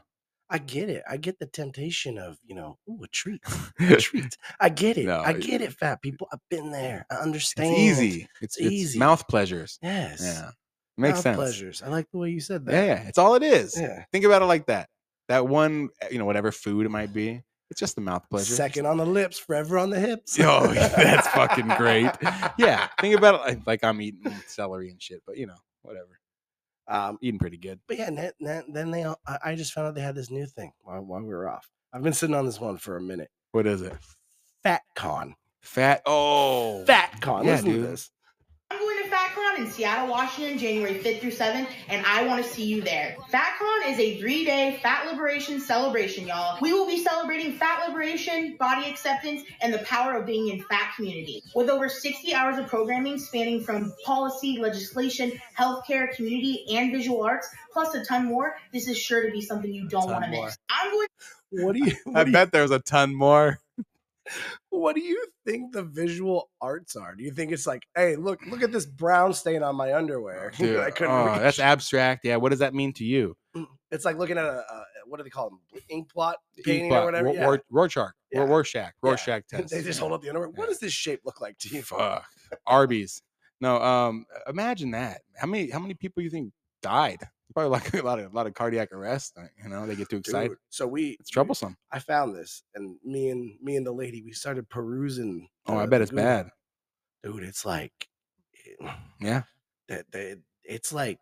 [SPEAKER 4] I get it. I get the temptation of, you know, ooh, a
[SPEAKER 5] [LAUGHS]
[SPEAKER 4] treat, a treat. I get it.
[SPEAKER 5] No,
[SPEAKER 4] I
[SPEAKER 5] it-
[SPEAKER 4] get it, fat people. I've been there. I understand.
[SPEAKER 5] It's easy. It's, it's
[SPEAKER 4] easy.
[SPEAKER 5] mouth pleasures.
[SPEAKER 4] Yes.
[SPEAKER 5] Yeah. Makes
[SPEAKER 4] Mouth
[SPEAKER 5] sense.
[SPEAKER 4] Pleasures. I like the way you said that.
[SPEAKER 5] Yeah, yeah. It's all it is.
[SPEAKER 4] Yeah.
[SPEAKER 5] Think about it like that. That one, uh, you know, whatever food it might be, it's just the mouth pleasure.
[SPEAKER 4] Second on the lips, forever on the hips.
[SPEAKER 5] Yo, [LAUGHS] that's fucking
[SPEAKER 4] [LAUGHS]
[SPEAKER 5] great. Yeah. Think about it like, like I'm eating celery and shit, but you know, whatever.
[SPEAKER 4] Um,
[SPEAKER 5] Eating pretty good.
[SPEAKER 4] but yeah, and then, then- then they, all, I, I just found out they had this new thing while, while we were off. I've been sitting on this one for a minute.
[SPEAKER 5] What is it?
[SPEAKER 4] Fat con.
[SPEAKER 5] Fat. Oh.
[SPEAKER 4] Fat con.
[SPEAKER 5] Yeah,
[SPEAKER 4] Listen
[SPEAKER 5] dude.
[SPEAKER 4] to this.
[SPEAKER 6] I'm going to FatCon in Seattle, Washington, January 5th through 7th, and I want to see you there. FatCon is a three day fat liberation celebration, y'all. We will be celebrating fat liberation, body acceptance, and the power of being in fat community. With over 60 hours of programming spanning from policy, legislation, healthcare, community, and visual arts, plus a ton more, this is sure to be something you don't
[SPEAKER 5] Ton
[SPEAKER 6] want to
[SPEAKER 5] more.
[SPEAKER 6] miss. I'm going
[SPEAKER 4] What do you?
[SPEAKER 5] [LAUGHS] I
[SPEAKER 4] What do you,
[SPEAKER 5] bet there was a ton more.
[SPEAKER 4] what do you think the visual arts are? Do you think it's like, hey, look, look at this brown stain on my underwear? [LAUGHS]
[SPEAKER 5] Dude,
[SPEAKER 4] I couldn't
[SPEAKER 5] oh,
[SPEAKER 4] reach.
[SPEAKER 5] that's abstract. Yeah. What does that mean to you?
[SPEAKER 4] It's like looking at a, a what do they call them? Ink blot painting
[SPEAKER 5] Inkblot,
[SPEAKER 4] or whatever.
[SPEAKER 5] Ror-
[SPEAKER 4] [LAUGHS] yeah.
[SPEAKER 5] Ror- Rorschach.
[SPEAKER 4] Yeah.
[SPEAKER 5] Ror- Rorschach.
[SPEAKER 4] Yeah.
[SPEAKER 5] Rorschach
[SPEAKER 4] [LAUGHS]
[SPEAKER 5] test.
[SPEAKER 4] they just hold up the underwear. What
[SPEAKER 5] Yeah.
[SPEAKER 4] does this shape look like to you?
[SPEAKER 5] Fuck. Arby's. No, um, imagine that. How many how many people you think died? Probably like [LAUGHS] a lot of a lot of cardiac arrest. like, You know, they get too excited.
[SPEAKER 4] Dude, so we
[SPEAKER 5] It's troublesome.
[SPEAKER 4] I found this, and me and me and the lady we started perusing.
[SPEAKER 5] Oh, I
[SPEAKER 4] the-
[SPEAKER 5] bet
[SPEAKER 4] the
[SPEAKER 5] it's
[SPEAKER 4] Google.
[SPEAKER 5] bad.
[SPEAKER 4] dude. It's like it-
[SPEAKER 5] Yeah.
[SPEAKER 4] that they. It's like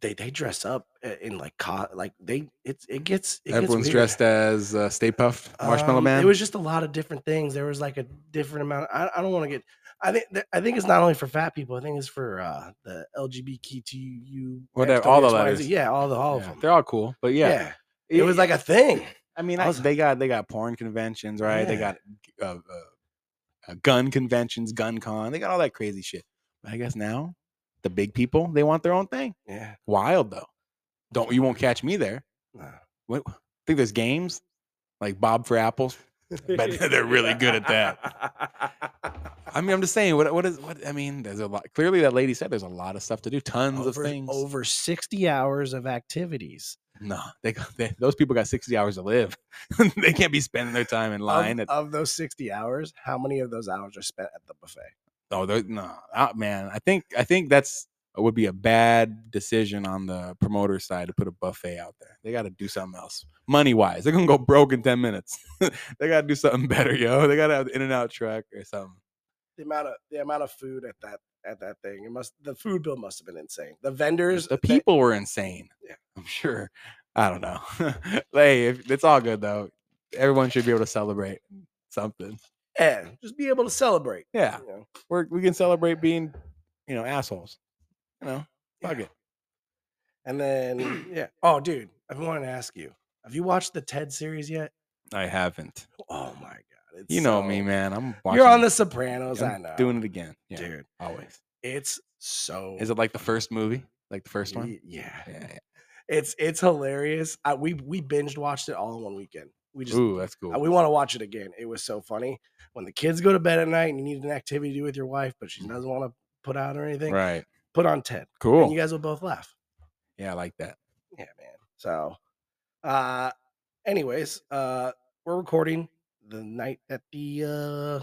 [SPEAKER 4] they they dress up i- in like co- like they it's it gets it gets
[SPEAKER 5] Everyone's
[SPEAKER 4] weird.
[SPEAKER 5] dressed as uh, Stay Puff Marshmallow
[SPEAKER 4] Um,
[SPEAKER 5] Man.
[SPEAKER 4] It was just a lot of different things. There was like a different amount. I, I don't want to get. I think th- I think it's not only for fat people. I think it's for uh, the LGBTQ
[SPEAKER 5] Whatever, all the letters.
[SPEAKER 4] Yeah, all the all
[SPEAKER 5] Yeah,
[SPEAKER 4] of them.
[SPEAKER 5] They're all cool, but yeah, E,
[SPEAKER 4] it was like a thing.
[SPEAKER 5] I mean,
[SPEAKER 4] I
[SPEAKER 5] I-
[SPEAKER 4] was-
[SPEAKER 5] they got they got porn conventions, right? They
[SPEAKER 4] Yeah.
[SPEAKER 5] got uh, uh, uh, gun conventions, gun con. They got all that crazy shit. But I guess now the big people they want their own thing.
[SPEAKER 4] Yeah.
[SPEAKER 5] Wild though. Don't you won't catch me there.
[SPEAKER 4] Nah.
[SPEAKER 5] What? Think there's games like Bob for apples. bet [LAUGHS] they're really good at
[SPEAKER 4] [LAUGHS] that.
[SPEAKER 5] I mean, I'm just saying. What? What is? What? I mean, there's a lot. Clearly, that lady said there's a lot of stuff to do. Tons of
[SPEAKER 4] over,
[SPEAKER 5] things.
[SPEAKER 4] over 60 hours of activities
[SPEAKER 5] No, they, got- they those people got 60 hours to live. [LAUGHS] they can't be spending their time in line.
[SPEAKER 4] of, uh
[SPEAKER 5] at,
[SPEAKER 4] of those 60 hours how many of those hours are spent at the buffet
[SPEAKER 5] oh, they're- no, ah, man. I think I think that's would be a bad decision on the promoter side to put a buffet out there. They got to do something else, money wise. They're gonna go broke in 10 minutes. [LAUGHS] they got to do something better, yo. They got to have the In and Out truck or something.
[SPEAKER 4] the amount of the amount of food at that at that thing it must the food bill must have been insane the vendors
[SPEAKER 5] the
[SPEAKER 4] that-
[SPEAKER 5] people were insane.
[SPEAKER 4] Yeah.
[SPEAKER 5] I'm sure. I don't know. [LAUGHS] hey, if, it's all good though. Everyone should be able to celebrate something.
[SPEAKER 4] and eh, just be able to celebrate
[SPEAKER 5] Yeah,
[SPEAKER 4] you know?
[SPEAKER 5] we're, we can celebrate being, you know, assholes. You know, fuck
[SPEAKER 4] Yeah.
[SPEAKER 5] it.
[SPEAKER 4] and
[SPEAKER 5] [CLEARS THROAT]
[SPEAKER 4] then [CLEARS THROAT] yeah oh dude i've been wanting to ask you have you watched the ted series yet
[SPEAKER 5] I haven't.
[SPEAKER 4] oh my god it's
[SPEAKER 5] You know me,
[SPEAKER 4] so-
[SPEAKER 5] man. I'm watching.
[SPEAKER 4] you're on the sopranos i
[SPEAKER 5] I'm
[SPEAKER 4] know
[SPEAKER 5] Doing it again. Yeah,
[SPEAKER 4] dude
[SPEAKER 5] always.
[SPEAKER 4] it's so
[SPEAKER 5] Is it like the first movie? Like the first one?
[SPEAKER 4] ye- yeah
[SPEAKER 5] Yeah. yeah.
[SPEAKER 4] It's it's hilarious. I, we we binged watched it all in one weekend. We just
[SPEAKER 5] Ooh, that's cool.
[SPEAKER 4] uh, we want to watch it again. It was so funny. When the kids go to bed at night and you need an activity to do with your wife, but she doesn't want to put out or anything,
[SPEAKER 5] Mm. right.
[SPEAKER 4] put on Ted, and
[SPEAKER 5] Cool.
[SPEAKER 4] you guys will both laugh.
[SPEAKER 5] yeah, I like that.
[SPEAKER 4] Yeah, man. So, uh, anyways, uh, we're recording the night that the uh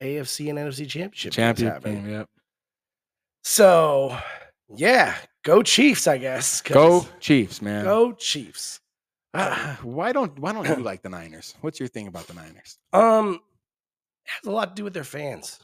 [SPEAKER 4] AFC and NFC championship games
[SPEAKER 5] Champion.
[SPEAKER 4] happen.
[SPEAKER 5] game, Yep.
[SPEAKER 4] So, yeah, go Chiefs, I guess. 'cause-
[SPEAKER 5] Go Chiefs, man.
[SPEAKER 4] go Chiefs.
[SPEAKER 5] Ah, why don't why don't you like the Niners? What's your thing about
[SPEAKER 4] [CLEARS THROAT]
[SPEAKER 5] the Niners?
[SPEAKER 4] Um, it has a lot to do with their fans.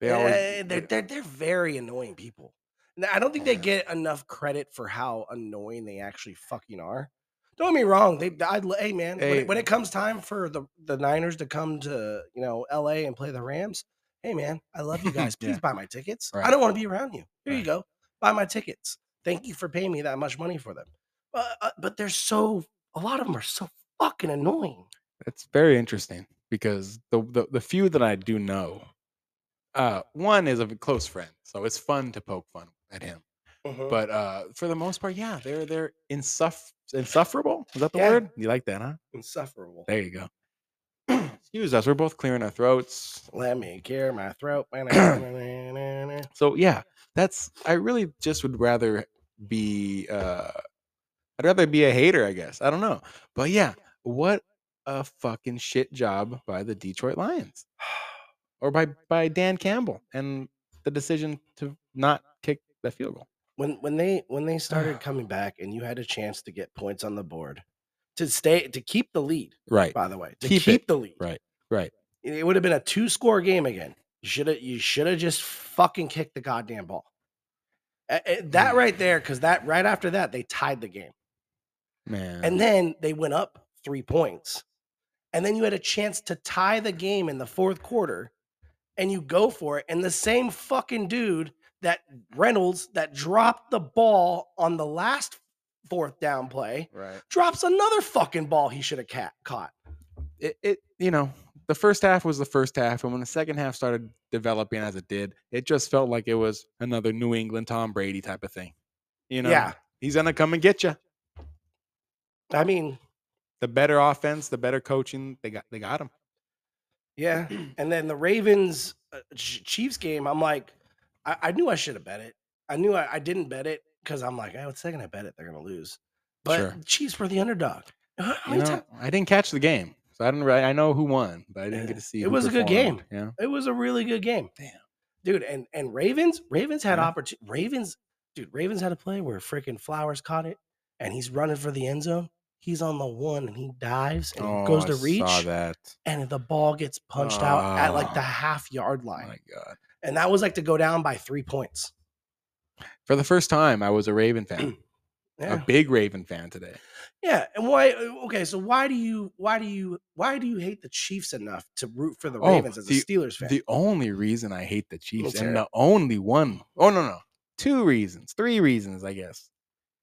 [SPEAKER 5] They always
[SPEAKER 4] Eh, they're, they're they're very annoying people. And I don't think they get enough credit for how annoying they actually fucking are. Don't get me wrong. They, I, hey man, when,
[SPEAKER 5] Hey.
[SPEAKER 4] it, when it comes time for the the Niners to come to you know L.A. and play the Rams, hey man, I love
[SPEAKER 5] [LAUGHS]
[SPEAKER 4] you guys. Please
[SPEAKER 5] Yeah.
[SPEAKER 4] buy my tickets. I
[SPEAKER 5] Right.
[SPEAKER 4] don't want to be around you. Here you
[SPEAKER 5] Right.
[SPEAKER 4] go. Buy my tickets. Thank you for paying me that much money for them. But uh, but they're so a lot of them are so fucking annoying.
[SPEAKER 5] That's very interesting because the, the the few that I do know, uh, one is a close friend, so it's fun to poke fun at him.
[SPEAKER 4] Oh. Mm-hmm.
[SPEAKER 5] But uh, for the most part, yeah, they're they're insuff- insufferable. Is that the
[SPEAKER 4] Yeah.
[SPEAKER 5] word? You like that, huh?
[SPEAKER 4] insufferable.
[SPEAKER 5] There you go. [CLEARS THROAT] Excuse us. We're both clearing our throats.
[SPEAKER 4] Let me clear my
[SPEAKER 5] [CLEARS THROAT]
[SPEAKER 4] throat. [CLEARS THROAT]
[SPEAKER 5] So yeah, that's I really just would rather be uh I'd rather be a hater, I guess. I don't know. But yeah, what a fucking shit job by the Detroit [SIGHS] Lions. Or by by Dan Campbell and the decision to not kick that field goal.
[SPEAKER 4] when when they when they
[SPEAKER 5] [SIGHS]
[SPEAKER 4] started coming back and you had a chance to get points on the board to stay to keep the lead,
[SPEAKER 5] Right.
[SPEAKER 4] by the way, to
[SPEAKER 5] Keep
[SPEAKER 4] keep,
[SPEAKER 5] it.
[SPEAKER 4] the lead.
[SPEAKER 5] Right, right.
[SPEAKER 4] It it would have been a two score game again. You should have you should have just fucking kicked the goddamn ball. A- a-
[SPEAKER 5] Mm.
[SPEAKER 4] That right there, because that right after that they tied the game,
[SPEAKER 5] Man.
[SPEAKER 4] and then they went up three points, and then you had a chance to tie the game in the fourth quarter, and you go for it, and the same fucking dude that Reynolds that dropped the ball on the last fourth down play
[SPEAKER 5] right.
[SPEAKER 4] drops another fucking ball he should have ca- caught.
[SPEAKER 5] It, it you know, the first half was the first half, and when the second half started developing as it did, it just felt like it was another New England Tom Brady type of thing. You know,
[SPEAKER 4] Yeah,
[SPEAKER 5] he's gonna come and get you.
[SPEAKER 4] I mean,
[SPEAKER 5] the better offense, the better coaching. They got they got him.
[SPEAKER 4] Yeah, and then the Ravens uh, Ch- Chiefs game, I'm like, I, I knew I should have bet it. I knew I, I didn't bet it because I'm like, oh, it's second I bet it, they're gonna lose. But
[SPEAKER 5] Sure.
[SPEAKER 4] the Chiefs were the underdog. How
[SPEAKER 5] You
[SPEAKER 4] many
[SPEAKER 5] know,
[SPEAKER 4] ti-
[SPEAKER 5] I didn't catch the game, so I didn't. Really, I know who won, but I didn't get
[SPEAKER 4] Yeah.
[SPEAKER 5] to see.
[SPEAKER 4] It
[SPEAKER 5] who
[SPEAKER 4] was a good
[SPEAKER 5] performed, Yeah,
[SPEAKER 4] It was a really good game.
[SPEAKER 5] Damn. Mm-hmm.
[SPEAKER 4] dude, and and Ravens, Ravens had
[SPEAKER 5] Yeah.
[SPEAKER 4] opportunity. Ravens, dude, Ravens had a play where freaking Flowers caught it, and he's running for the end zone. He's on the one and he dives and he goes to reach,
[SPEAKER 5] Oh, Saw that.
[SPEAKER 4] and the ball gets punched out at like the
[SPEAKER 5] Ah.
[SPEAKER 4] half yard
[SPEAKER 5] Oh
[SPEAKER 4] line,
[SPEAKER 5] my god!
[SPEAKER 4] and that was like to go down by three points.
[SPEAKER 5] For the first time, I was a Raven
[SPEAKER 4] [CLEARS THROAT]
[SPEAKER 5] fan,
[SPEAKER 4] Yeah.
[SPEAKER 5] a big Raven fan today.
[SPEAKER 4] Yeah, and why? uh, Okay, so why do you why do you why do you hate the Chiefs enough to root for the
[SPEAKER 5] Oh,
[SPEAKER 4] Ravens as a
[SPEAKER 5] the-
[SPEAKER 4] Steelers fan?
[SPEAKER 5] The only reason I hate the Chiefs,
[SPEAKER 4] Let's hear
[SPEAKER 5] and
[SPEAKER 4] it.
[SPEAKER 5] the only one, oh no, no, two reasons, three reasons, I guess,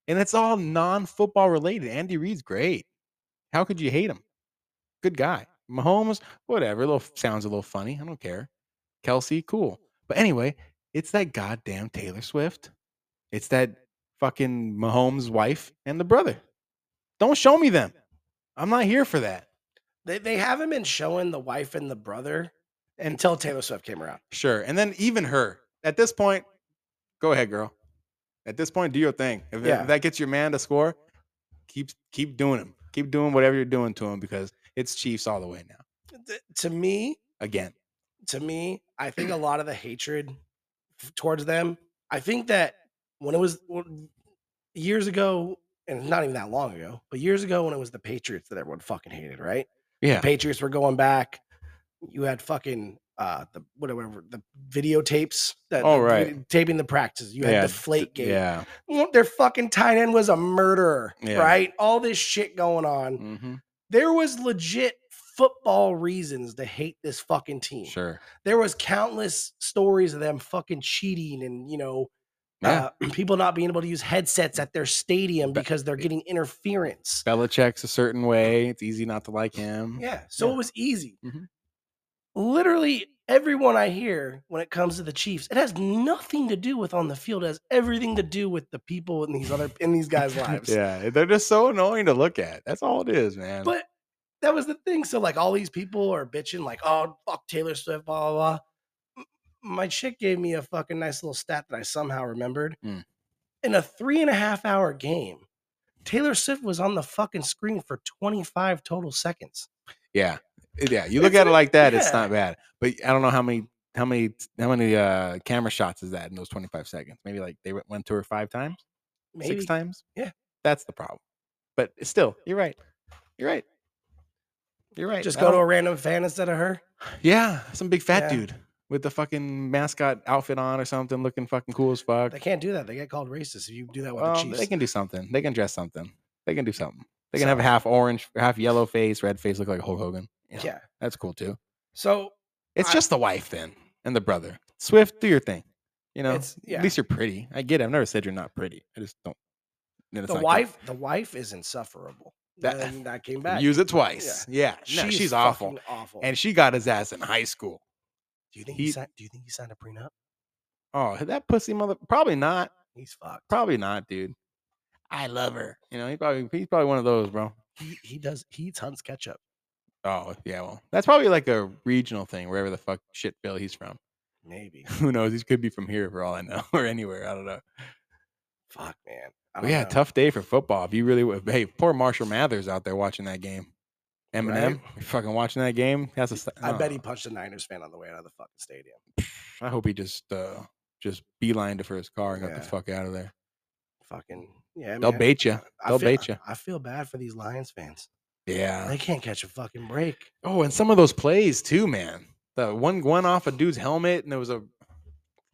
[SPEAKER 5] and it's all non-football related. Andy Reid's great. How could you hate him? Good guy. Mahomes, whatever. Little sounds a little funny. I don't care. Kelsey, cool. But anyway, it's that goddamn Taylor Swift. It's that fucking Mahomes' wife and the brother. Don't show me them. I'm not here for that.
[SPEAKER 4] they they haven't been showing the wife and the brother
[SPEAKER 5] And
[SPEAKER 4] until Taylor Swift came around.
[SPEAKER 5] Sure. And then even her at this point, go ahead, girl. At this point, do your thing. If, that-
[SPEAKER 4] Yeah.
[SPEAKER 5] that gets your man to score, keep keep doing him. Keep doing whatever you're doing to him because it's Chiefs all the way now.
[SPEAKER 4] Th- to me,
[SPEAKER 5] Again,
[SPEAKER 4] to me, I think a
[SPEAKER 5] [CLEARS THROAT]
[SPEAKER 4] lot of the hatred f- towards them. I think that when it was when- years ago, and it's not even that long ago, but years ago when it was the Patriots that everyone fucking hated, right?
[SPEAKER 5] yeah,
[SPEAKER 4] Patriots were going back. You had fucking uh the whatever the videotapes that
[SPEAKER 5] Oh,
[SPEAKER 4] the
[SPEAKER 5] right.
[SPEAKER 4] vid- taping the practices. You had
[SPEAKER 5] Yeah,
[SPEAKER 4] the flake game.
[SPEAKER 5] yeah.
[SPEAKER 4] Their fucking tight end was a murderer,
[SPEAKER 5] Yeah.
[SPEAKER 4] right? All this shit going on.
[SPEAKER 5] hmm
[SPEAKER 4] There was legit football reasons to hate this fucking team.
[SPEAKER 5] Sure.
[SPEAKER 4] There was countless stories of them fucking cheating and you know
[SPEAKER 5] Yeah.
[SPEAKER 4] uh, [CLEARS THROAT] people not being able to use headsets at their stadium
[SPEAKER 5] Ba-
[SPEAKER 4] because they're getting interference.
[SPEAKER 5] Belichick's a certain way. It's easy not to like him.
[SPEAKER 4] Yeah. So
[SPEAKER 5] Yeah.
[SPEAKER 4] it was easy.
[SPEAKER 5] Mhm.
[SPEAKER 4] Literally everyone I hear when it comes to the Chiefs, it has nothing to do with on the field. It has everything to do with the people in these other in these guys' lives.
[SPEAKER 5] [LAUGHS] Yeah, they're just so annoying to look at. That's all it is, man.
[SPEAKER 4] But that was the thing. So like all these people are bitching, like, oh fuck Taylor Swift, blah blah blah. M- My chick gave me a fucking nice little stat that I somehow remembered.
[SPEAKER 5] Mm.
[SPEAKER 4] In a three and a half hour game, Taylor Swift was on the fucking screen for 25 total seconds.
[SPEAKER 5] Yeah. Yeah. You
[SPEAKER 4] It's
[SPEAKER 5] look at it
[SPEAKER 4] not-
[SPEAKER 5] like that, it's
[SPEAKER 4] yeah.
[SPEAKER 5] not bad. But I don't know how many how many how many uh camera shots is that in those 25 seconds? Maybe like they went- went to her five times,
[SPEAKER 4] Maybe.
[SPEAKER 5] six times.
[SPEAKER 4] Yeah.
[SPEAKER 5] That's the problem. But still, you're right. You're right. You're right.
[SPEAKER 4] Just
[SPEAKER 5] I
[SPEAKER 4] go to a
[SPEAKER 5] don't-
[SPEAKER 4] random fan instead of her.
[SPEAKER 5] Yeah, some big fat
[SPEAKER 4] Yeah.
[SPEAKER 5] dude with the fucking mascot outfit on or something looking fucking cool as fuck.
[SPEAKER 4] They can't do that. They get called racist if you do that with the
[SPEAKER 5] Well,
[SPEAKER 4] Chiefs.
[SPEAKER 5] Um, they can do something. They can dress something. They can do something. They can have a half orange, half yellow face, red face, look like Hulk Hogan.
[SPEAKER 4] yeah.
[SPEAKER 5] That's cool too.
[SPEAKER 4] So
[SPEAKER 5] It's
[SPEAKER 4] I-
[SPEAKER 5] just the wife then and the brother. Swift, do your thing. You know,
[SPEAKER 4] It's- yeah.
[SPEAKER 5] at least you're pretty. I get it. I've never said you're not pretty. I just don't. then it's
[SPEAKER 4] the
[SPEAKER 5] not good.
[SPEAKER 4] wife, the wife is insufferable.
[SPEAKER 5] That-
[SPEAKER 4] That, that
[SPEAKER 5] [LAUGHS]
[SPEAKER 4] came back.
[SPEAKER 5] use it twice. Yeah, No, she's, awful,
[SPEAKER 4] fucking Awful.
[SPEAKER 5] and she got his ass in high school.
[SPEAKER 4] Do you think
[SPEAKER 5] He-
[SPEAKER 4] he signed? Do you think he signed a prenup?
[SPEAKER 5] Oh, that pussy mother. Probably not.
[SPEAKER 4] He's fucked.
[SPEAKER 5] Probably not, dude. I love her. You know, he probably he's probably one of those, bro.
[SPEAKER 4] He, he does. He eats Hunt's ketchup.
[SPEAKER 5] Oh yeah, well, that's probably like a regional thing, wherever the fuck shit Bill he's from. [LAUGHS]
[SPEAKER 4] Maybe.
[SPEAKER 5] Who knows? He could be from here for all I know, [LAUGHS] or anywhere. I don't know.
[SPEAKER 4] Fuck, man. I
[SPEAKER 5] But
[SPEAKER 4] don't
[SPEAKER 5] Oh, yeah,
[SPEAKER 4] know.
[SPEAKER 5] tough day for football. If you really, would- hey, poor Marshall Mathers out there watching that game. Eminem, you fucking watching that game. That's a. st-
[SPEAKER 4] I bet
[SPEAKER 5] oh,
[SPEAKER 4] he punched a Niners fan on the way out of the fucking stadium.
[SPEAKER 5] I hope he just uh just beelined it for his car and got
[SPEAKER 4] Yeah.
[SPEAKER 5] the fuck out of there.
[SPEAKER 4] Fucking yeah.
[SPEAKER 5] They'll
[SPEAKER 4] man.
[SPEAKER 5] bait you.
[SPEAKER 4] I
[SPEAKER 5] They'll
[SPEAKER 4] feel-
[SPEAKER 5] bait Uh. you.
[SPEAKER 4] I feel bad for these Lions fans.
[SPEAKER 5] Yeah.
[SPEAKER 4] They can't catch a fucking break.
[SPEAKER 5] Oh, and some of those plays too, man. The one one off a dude's helmet, and there was a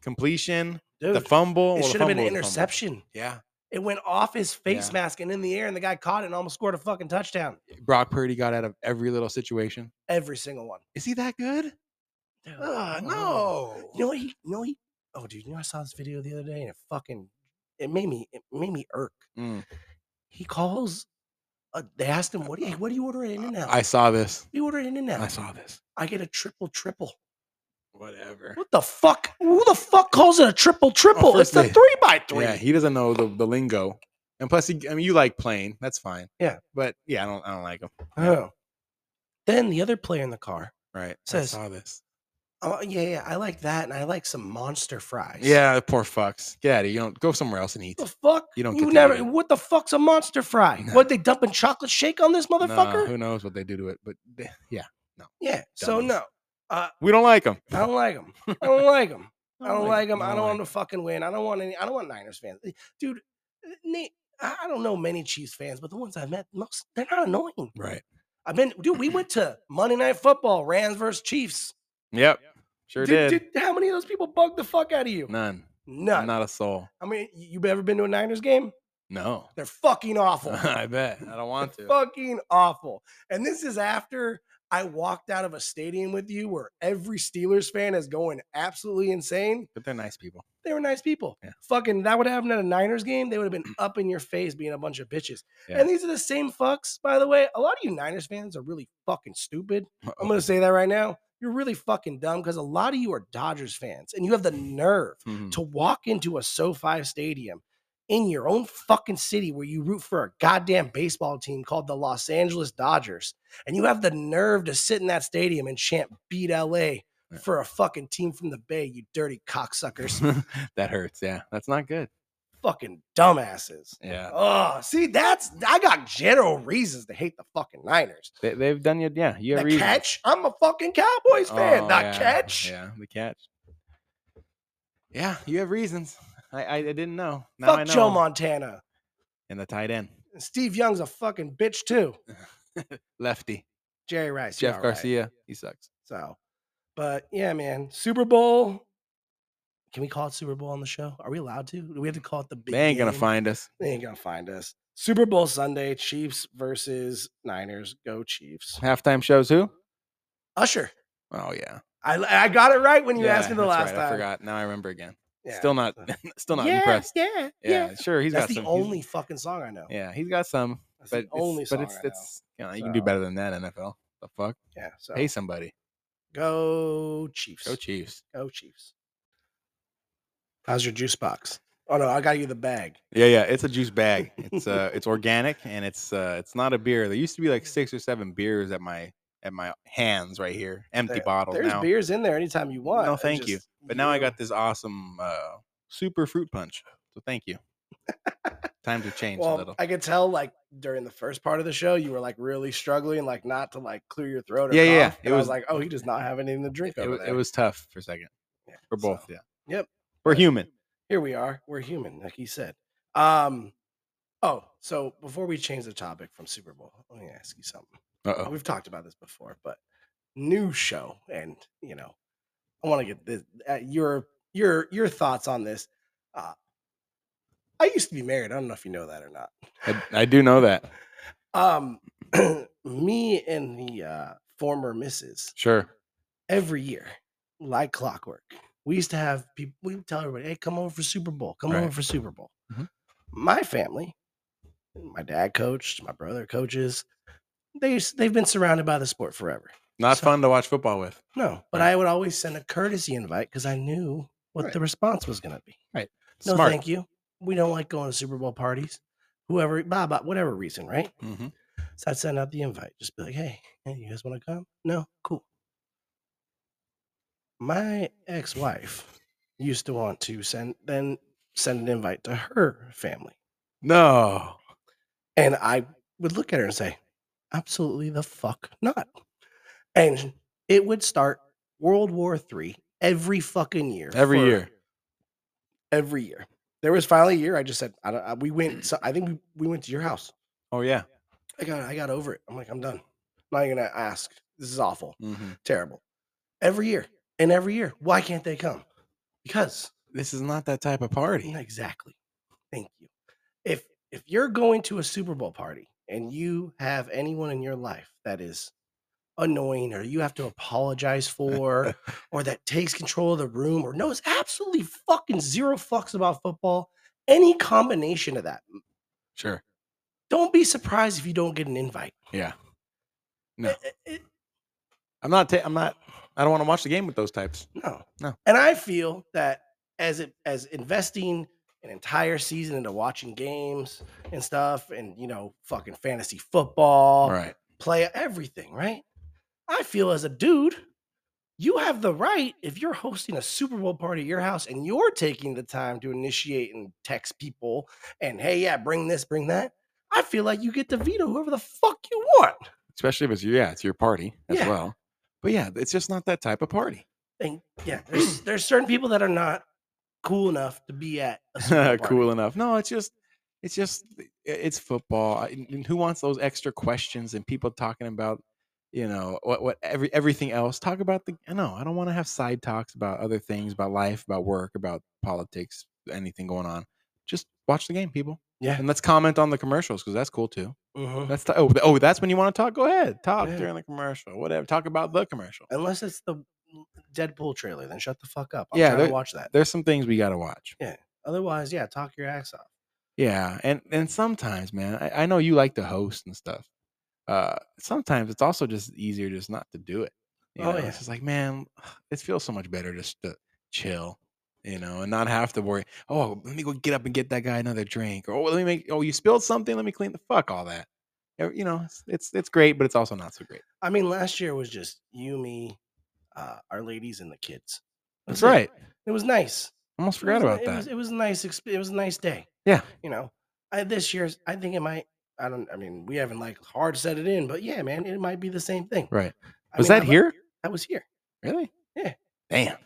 [SPEAKER 5] completion,
[SPEAKER 4] Dude,
[SPEAKER 5] the fumble. well,
[SPEAKER 4] it
[SPEAKER 5] the
[SPEAKER 4] should have been
[SPEAKER 5] fumble
[SPEAKER 4] an
[SPEAKER 5] was a fumble.
[SPEAKER 4] interception.
[SPEAKER 5] Yeah,
[SPEAKER 4] It went off his face
[SPEAKER 5] Yeah.
[SPEAKER 4] mask and in the air, and the guy caught it and almost scored a fucking touchdown.
[SPEAKER 5] Brock Purdy got out of every little situation.
[SPEAKER 4] Every single one.
[SPEAKER 5] Is he that good?
[SPEAKER 4] Dude,
[SPEAKER 5] Ah,
[SPEAKER 4] I don't know.
[SPEAKER 5] no.
[SPEAKER 4] You know what he? You know what he? Oh, dude, you know I saw this video the other day, and it fucking it made me it made me irk.
[SPEAKER 5] Mm,
[SPEAKER 4] He calls. Uh, they asked him, "What do you? What do you order at In and Out?
[SPEAKER 5] I saw this.
[SPEAKER 4] You order In and
[SPEAKER 5] I
[SPEAKER 4] Out.
[SPEAKER 5] saw this.
[SPEAKER 4] I get a triple triple.
[SPEAKER 5] Whatever.
[SPEAKER 4] What the fuck? Who
[SPEAKER 5] [LAUGHS]
[SPEAKER 4] the fuck calls it a triple triple? it's
[SPEAKER 5] Oh, first
[SPEAKER 4] the
[SPEAKER 5] they-
[SPEAKER 4] three by three.
[SPEAKER 5] Yeah, he doesn't know the, the lingo, and plus, he, I mean, you like playing. That's fine.
[SPEAKER 4] Yeah.
[SPEAKER 5] but yeah, I don't I don't like him.
[SPEAKER 4] Oh. Then the other player in the car.
[SPEAKER 5] Right.
[SPEAKER 4] Says-
[SPEAKER 5] I saw this.
[SPEAKER 4] Oh yeah, yeah. I like that, and I like some monster fries.
[SPEAKER 5] Yeah, poor fucks. Get out of here. You don't go somewhere else and eat.
[SPEAKER 4] The fuck?
[SPEAKER 5] You don't get
[SPEAKER 4] You
[SPEAKER 5] to
[SPEAKER 4] never.
[SPEAKER 5] eat it.
[SPEAKER 4] What the fuck's a monster fry?
[SPEAKER 5] No.
[SPEAKER 4] What they dumping chocolate shake on this
[SPEAKER 5] Nah,
[SPEAKER 4] motherfucker?
[SPEAKER 5] who knows what they do to it? But eh, yeah,
[SPEAKER 4] yeah. So
[SPEAKER 5] Dummies.
[SPEAKER 4] no,
[SPEAKER 5] we don't like him.
[SPEAKER 4] I don't like [LAUGHS] them. I don't like them. I don't like them.
[SPEAKER 5] him.
[SPEAKER 4] I don't want them to fucking win. I don't want any. I don't want Niners fans, Eh, dude. eh, Nate, I I don't know many Chiefs fans, but the ones I've met, most they're not annoying.
[SPEAKER 5] Right.
[SPEAKER 4] I've been, dude. We went [CLEARS THROAT] to Monday Night Football, Rams versus Chiefs.
[SPEAKER 5] Yep. Sure
[SPEAKER 4] Dude,
[SPEAKER 5] did.
[SPEAKER 4] dude, how many of those people bugged the fuck out of you?
[SPEAKER 5] None.
[SPEAKER 4] None.
[SPEAKER 5] Not a soul.
[SPEAKER 4] I mean, y- you ever been to a Niners game?
[SPEAKER 5] No. [LAUGHS]
[SPEAKER 4] They're fucking awful.
[SPEAKER 5] I bet. I don't want to.
[SPEAKER 4] fucking awful. And this is after I walked out of a stadium with you where every Steelers fan is going absolutely insane.
[SPEAKER 5] But they're nice people.
[SPEAKER 4] They were nice people.
[SPEAKER 5] Yeah.
[SPEAKER 4] Fucking that would have happened at a Niners game. They would have
[SPEAKER 5] [CLEARS THROAT]
[SPEAKER 4] been up in your face being a bunch of bitches.
[SPEAKER 5] Yeah.
[SPEAKER 4] And these are the same fucks, by the way. A lot of you Niners fans are really fucking stupid. I'm gonna say that right now. You're really fucking dumb because a lot of you are Dodgers fans and you have the nerve
[SPEAKER 5] Mhm.
[SPEAKER 4] to walk into a SoFi stadium in your own fucking city where you root for a goddamn baseball team called the Los Angeles Dodgers, and you have the nerve to sit in that stadium and chant "Beat LA"
[SPEAKER 5] Yeah.
[SPEAKER 4] for a fucking team from the Bay, you dirty cocksuckers,
[SPEAKER 5] [LAUGHS] that hurts. Yeah. That's not good.
[SPEAKER 4] [LAUGHS] fucking dumbasses.
[SPEAKER 5] Yeah.
[SPEAKER 4] Oh, see, that's I got general reasons to hate the fucking Niners.
[SPEAKER 5] They, they've done you. Yeah. You
[SPEAKER 4] The
[SPEAKER 5] have reason.
[SPEAKER 4] catch, I'm a fucking Cowboys fan.
[SPEAKER 5] Oh,
[SPEAKER 4] the
[SPEAKER 5] yeah,
[SPEAKER 4] catch.
[SPEAKER 5] Yeah. The catch. Yeah. You have reasons. I, I, I didn't know. Now I
[SPEAKER 4] Fuck
[SPEAKER 5] know.
[SPEAKER 4] Joe Montana.
[SPEAKER 5] And the tight end.
[SPEAKER 4] Steve Young's a fucking bitch too.
[SPEAKER 5] Lefty.
[SPEAKER 4] Jerry Rice. you're
[SPEAKER 5] Jeff
[SPEAKER 4] all right.
[SPEAKER 5] Garcia. He sucks.
[SPEAKER 4] So, but yeah, man, Super Bowl. Can we call it Super Bowl on the show? Are we allowed to? Do we have to call it the big?
[SPEAKER 5] They ain't going to
[SPEAKER 4] game?
[SPEAKER 5] find us.
[SPEAKER 4] They ain't gonna find us. Super Bowl Sunday, Chiefs versus Niners. Go Chiefs.
[SPEAKER 5] Halftime shows who?
[SPEAKER 4] Usher.
[SPEAKER 5] Oh, yeah.
[SPEAKER 4] I I got it right when you asked me the
[SPEAKER 5] that's
[SPEAKER 4] last
[SPEAKER 5] right,
[SPEAKER 4] time.
[SPEAKER 5] I forgot. Now I remember again.
[SPEAKER 4] Yeah,
[SPEAKER 5] Still not,
[SPEAKER 4] so-
[SPEAKER 5] [LAUGHS] still not
[SPEAKER 4] yeah,
[SPEAKER 5] impressed.
[SPEAKER 4] Yeah, yeah.
[SPEAKER 5] Yeah, sure. He's
[SPEAKER 4] That's
[SPEAKER 5] got
[SPEAKER 4] the
[SPEAKER 5] some. he's-
[SPEAKER 4] only fucking song I know.
[SPEAKER 5] Yeah, he's got some,
[SPEAKER 4] That's
[SPEAKER 5] but
[SPEAKER 4] the only
[SPEAKER 5] it's,
[SPEAKER 4] song
[SPEAKER 5] but it's
[SPEAKER 4] I know.
[SPEAKER 5] it's you, know, you can do
[SPEAKER 4] So-
[SPEAKER 5] better than that NFL. The fuck?
[SPEAKER 4] yeah. So
[SPEAKER 5] Pay somebody.
[SPEAKER 4] go Chiefs.
[SPEAKER 5] Go Chiefs.
[SPEAKER 4] [LAUGHS] Go Chiefs. How's your juice box? Oh no, I got you the bag.
[SPEAKER 5] Yeah, yeah. It's a juice bag. It's uh it's organic and it's uh it's not a beer. There used to be like six or seven beers at my at my hands right here, empty bottles
[SPEAKER 4] There's
[SPEAKER 5] now.
[SPEAKER 4] beers in there anytime you want.
[SPEAKER 5] no,
[SPEAKER 4] It's
[SPEAKER 5] thank you.
[SPEAKER 4] just
[SPEAKER 5] But now I
[SPEAKER 4] you-
[SPEAKER 5] got this awesome uh super fruit punch. So thank
[SPEAKER 4] [LAUGHS]
[SPEAKER 5] you. Times have changed a
[SPEAKER 4] Well,
[SPEAKER 5] little.
[SPEAKER 4] I could tell like during the first part of the show, you were like really struggling, like not to like clear your throat. Or
[SPEAKER 5] Yeah, yeah,
[SPEAKER 4] cough,
[SPEAKER 5] it
[SPEAKER 4] and I was
[SPEAKER 5] was-
[SPEAKER 4] like, oh, he does not have anything to drink.
[SPEAKER 5] It
[SPEAKER 4] over
[SPEAKER 5] was, it
[SPEAKER 4] there."
[SPEAKER 5] was tough for a second
[SPEAKER 4] Yeah,
[SPEAKER 5] for both.
[SPEAKER 4] so
[SPEAKER 5] yeah.
[SPEAKER 4] yep,
[SPEAKER 5] We're
[SPEAKER 4] but-
[SPEAKER 5] human.
[SPEAKER 4] Here we are. We're human, like he said. Um. Oh, so before we change the topic from Super Bowl, let me ask you something.
[SPEAKER 5] Uh oh.
[SPEAKER 4] We've talked about this before, but new show, and you know, I want to get this, uh, your your your thoughts on this. Uh, I used to be married. I don't know if you know that or not.
[SPEAKER 5] I, I do know that.
[SPEAKER 4] Um, [CLEARS THROAT] me and the uh, former missus
[SPEAKER 5] Sure.
[SPEAKER 4] every year, like clockwork. We used to have people. We would tell everybody, "Hey, come over for Super Bowl. Come over
[SPEAKER 5] Right.
[SPEAKER 4] for Super Bowl."
[SPEAKER 5] Mhm.
[SPEAKER 4] My family, my dad coached, my brother coaches. They s- they've been surrounded by the sport forever.
[SPEAKER 5] Not
[SPEAKER 4] So-
[SPEAKER 5] fun to watch football with.
[SPEAKER 4] No, but I would always send a courtesy invite because I knew what
[SPEAKER 5] Right.
[SPEAKER 4] the response was going to be. No,
[SPEAKER 5] Smart.
[SPEAKER 4] thank you. We don't like going to Super Bowl parties. Whoever, blah, blah, whatever reason, right?
[SPEAKER 5] Mhm.
[SPEAKER 4] So I'd send out the invite. Just be like, hey, hey you guys want to come? No, cool. My ex-wife used to want to send then send an invite to her family.
[SPEAKER 5] No.
[SPEAKER 4] And I would look at her and say, absolutely the fuck not. And it would start World War Three every fucking year.
[SPEAKER 5] Every
[SPEAKER 4] for-
[SPEAKER 5] year.
[SPEAKER 4] Every year. There was finally a year I just said, I don't, I, we went, so I think we, we went to your house.
[SPEAKER 5] Oh yeah.
[SPEAKER 4] I got I got over it. I'm like, I'm done. I'm not even gonna ask. This is awful,
[SPEAKER 5] Mhm.
[SPEAKER 4] terrible. Every year and every year, why can't they come? Because
[SPEAKER 5] This is not that type of party.
[SPEAKER 4] exactly. Thank you. If if you're going to a Super Bowl party and you have anyone in your life that is annoying or you have to apologize
[SPEAKER 5] [LAUGHS]
[SPEAKER 4] for or that takes control of the room or knows absolutely fucking zero fucks about football, any combination of that,
[SPEAKER 5] Sure.
[SPEAKER 4] don't be surprised if you don't get an invite.
[SPEAKER 5] Yeah. No.
[SPEAKER 4] Eh, eh, eh,
[SPEAKER 5] I'm not. Ta- I'm not. I don't want to watch the game with those types.
[SPEAKER 4] No.
[SPEAKER 5] No.
[SPEAKER 4] And I feel that as it as investing an entire season into watching games and stuff and you know fucking fantasy football,
[SPEAKER 5] All right.
[SPEAKER 4] play everything, right? I feel as a dude, you have the right if you're hosting a Super Bowl party at your house and you're taking the time to initiate and text people and hey, yeah, bring this, bring that. I feel like you get to veto whoever the fuck you want.
[SPEAKER 5] Especially if it's yeah, it's your party as
[SPEAKER 4] Yeah.
[SPEAKER 5] well. But yeah, it's just not that type of party.
[SPEAKER 4] And yeah, there's
[SPEAKER 5] [CLEARS THROAT]
[SPEAKER 4] there's certain people that are not cool enough to be at a Super Bowl party.
[SPEAKER 5] [LAUGHS] cool enough. No, it's just, it's just, i- it's football. I- and- and who wants those extra questions and people talking about, you know, what, what every everything else? Talk about the. No, I don't want to have side talks about other things, about life, about work, about politics, anything going on. Just watch the game, people.
[SPEAKER 4] Yeah.
[SPEAKER 5] and let's comment on the commercials because that's cool too.
[SPEAKER 4] Mhm.
[SPEAKER 5] That's the, oh th- oh that's when you want to talk. Go ahead, talk
[SPEAKER 4] Yeah.
[SPEAKER 5] during the commercial, whatever. Talk about the commercial.
[SPEAKER 4] Unless it's the Deadpool trailer, then shut the fuck up. I'm
[SPEAKER 5] Yeah,
[SPEAKER 4] yeah, trying
[SPEAKER 5] there-
[SPEAKER 4] to watch that.
[SPEAKER 5] There's some things we gotta watch.
[SPEAKER 4] Otherwise, yeah, talk your ass off.
[SPEAKER 5] Yeah, and and sometimes, man, I, I know you like to host and stuff. Uh, sometimes it's also just easier just not to do it. You
[SPEAKER 4] Oh,
[SPEAKER 5] know?
[SPEAKER 4] yeah.
[SPEAKER 5] it's just like, man, [SIGHS] it feels so much better just to chill, you know, and not have to worry. Oh, let me go get up and get that guy another drink, or oh, let me make. Oh, you spilled something. Let me clean the fuck all that. Uh, You know, it's it's, it's great, but it's also not so great.
[SPEAKER 4] I mean, last year was just you, me, uh, our ladies, and the kids.
[SPEAKER 5] That's
[SPEAKER 4] it.
[SPEAKER 5] right.
[SPEAKER 4] It was nice.
[SPEAKER 5] Almost
[SPEAKER 4] It
[SPEAKER 5] forgot
[SPEAKER 4] was-
[SPEAKER 5] about
[SPEAKER 4] it
[SPEAKER 5] that.
[SPEAKER 4] Was, it was a nice. exp- It was a nice day.
[SPEAKER 5] Yeah.
[SPEAKER 4] You know, I, this year's. I think it might. I don't. I mean, we haven't like hard set it in, but yeah, man, it might be the same thing.
[SPEAKER 5] Right.
[SPEAKER 4] I
[SPEAKER 5] Was
[SPEAKER 4] mean,
[SPEAKER 5] that
[SPEAKER 4] I've-
[SPEAKER 5] here?
[SPEAKER 4] I was here.
[SPEAKER 5] Really?
[SPEAKER 4] Yeah.
[SPEAKER 5] Damn.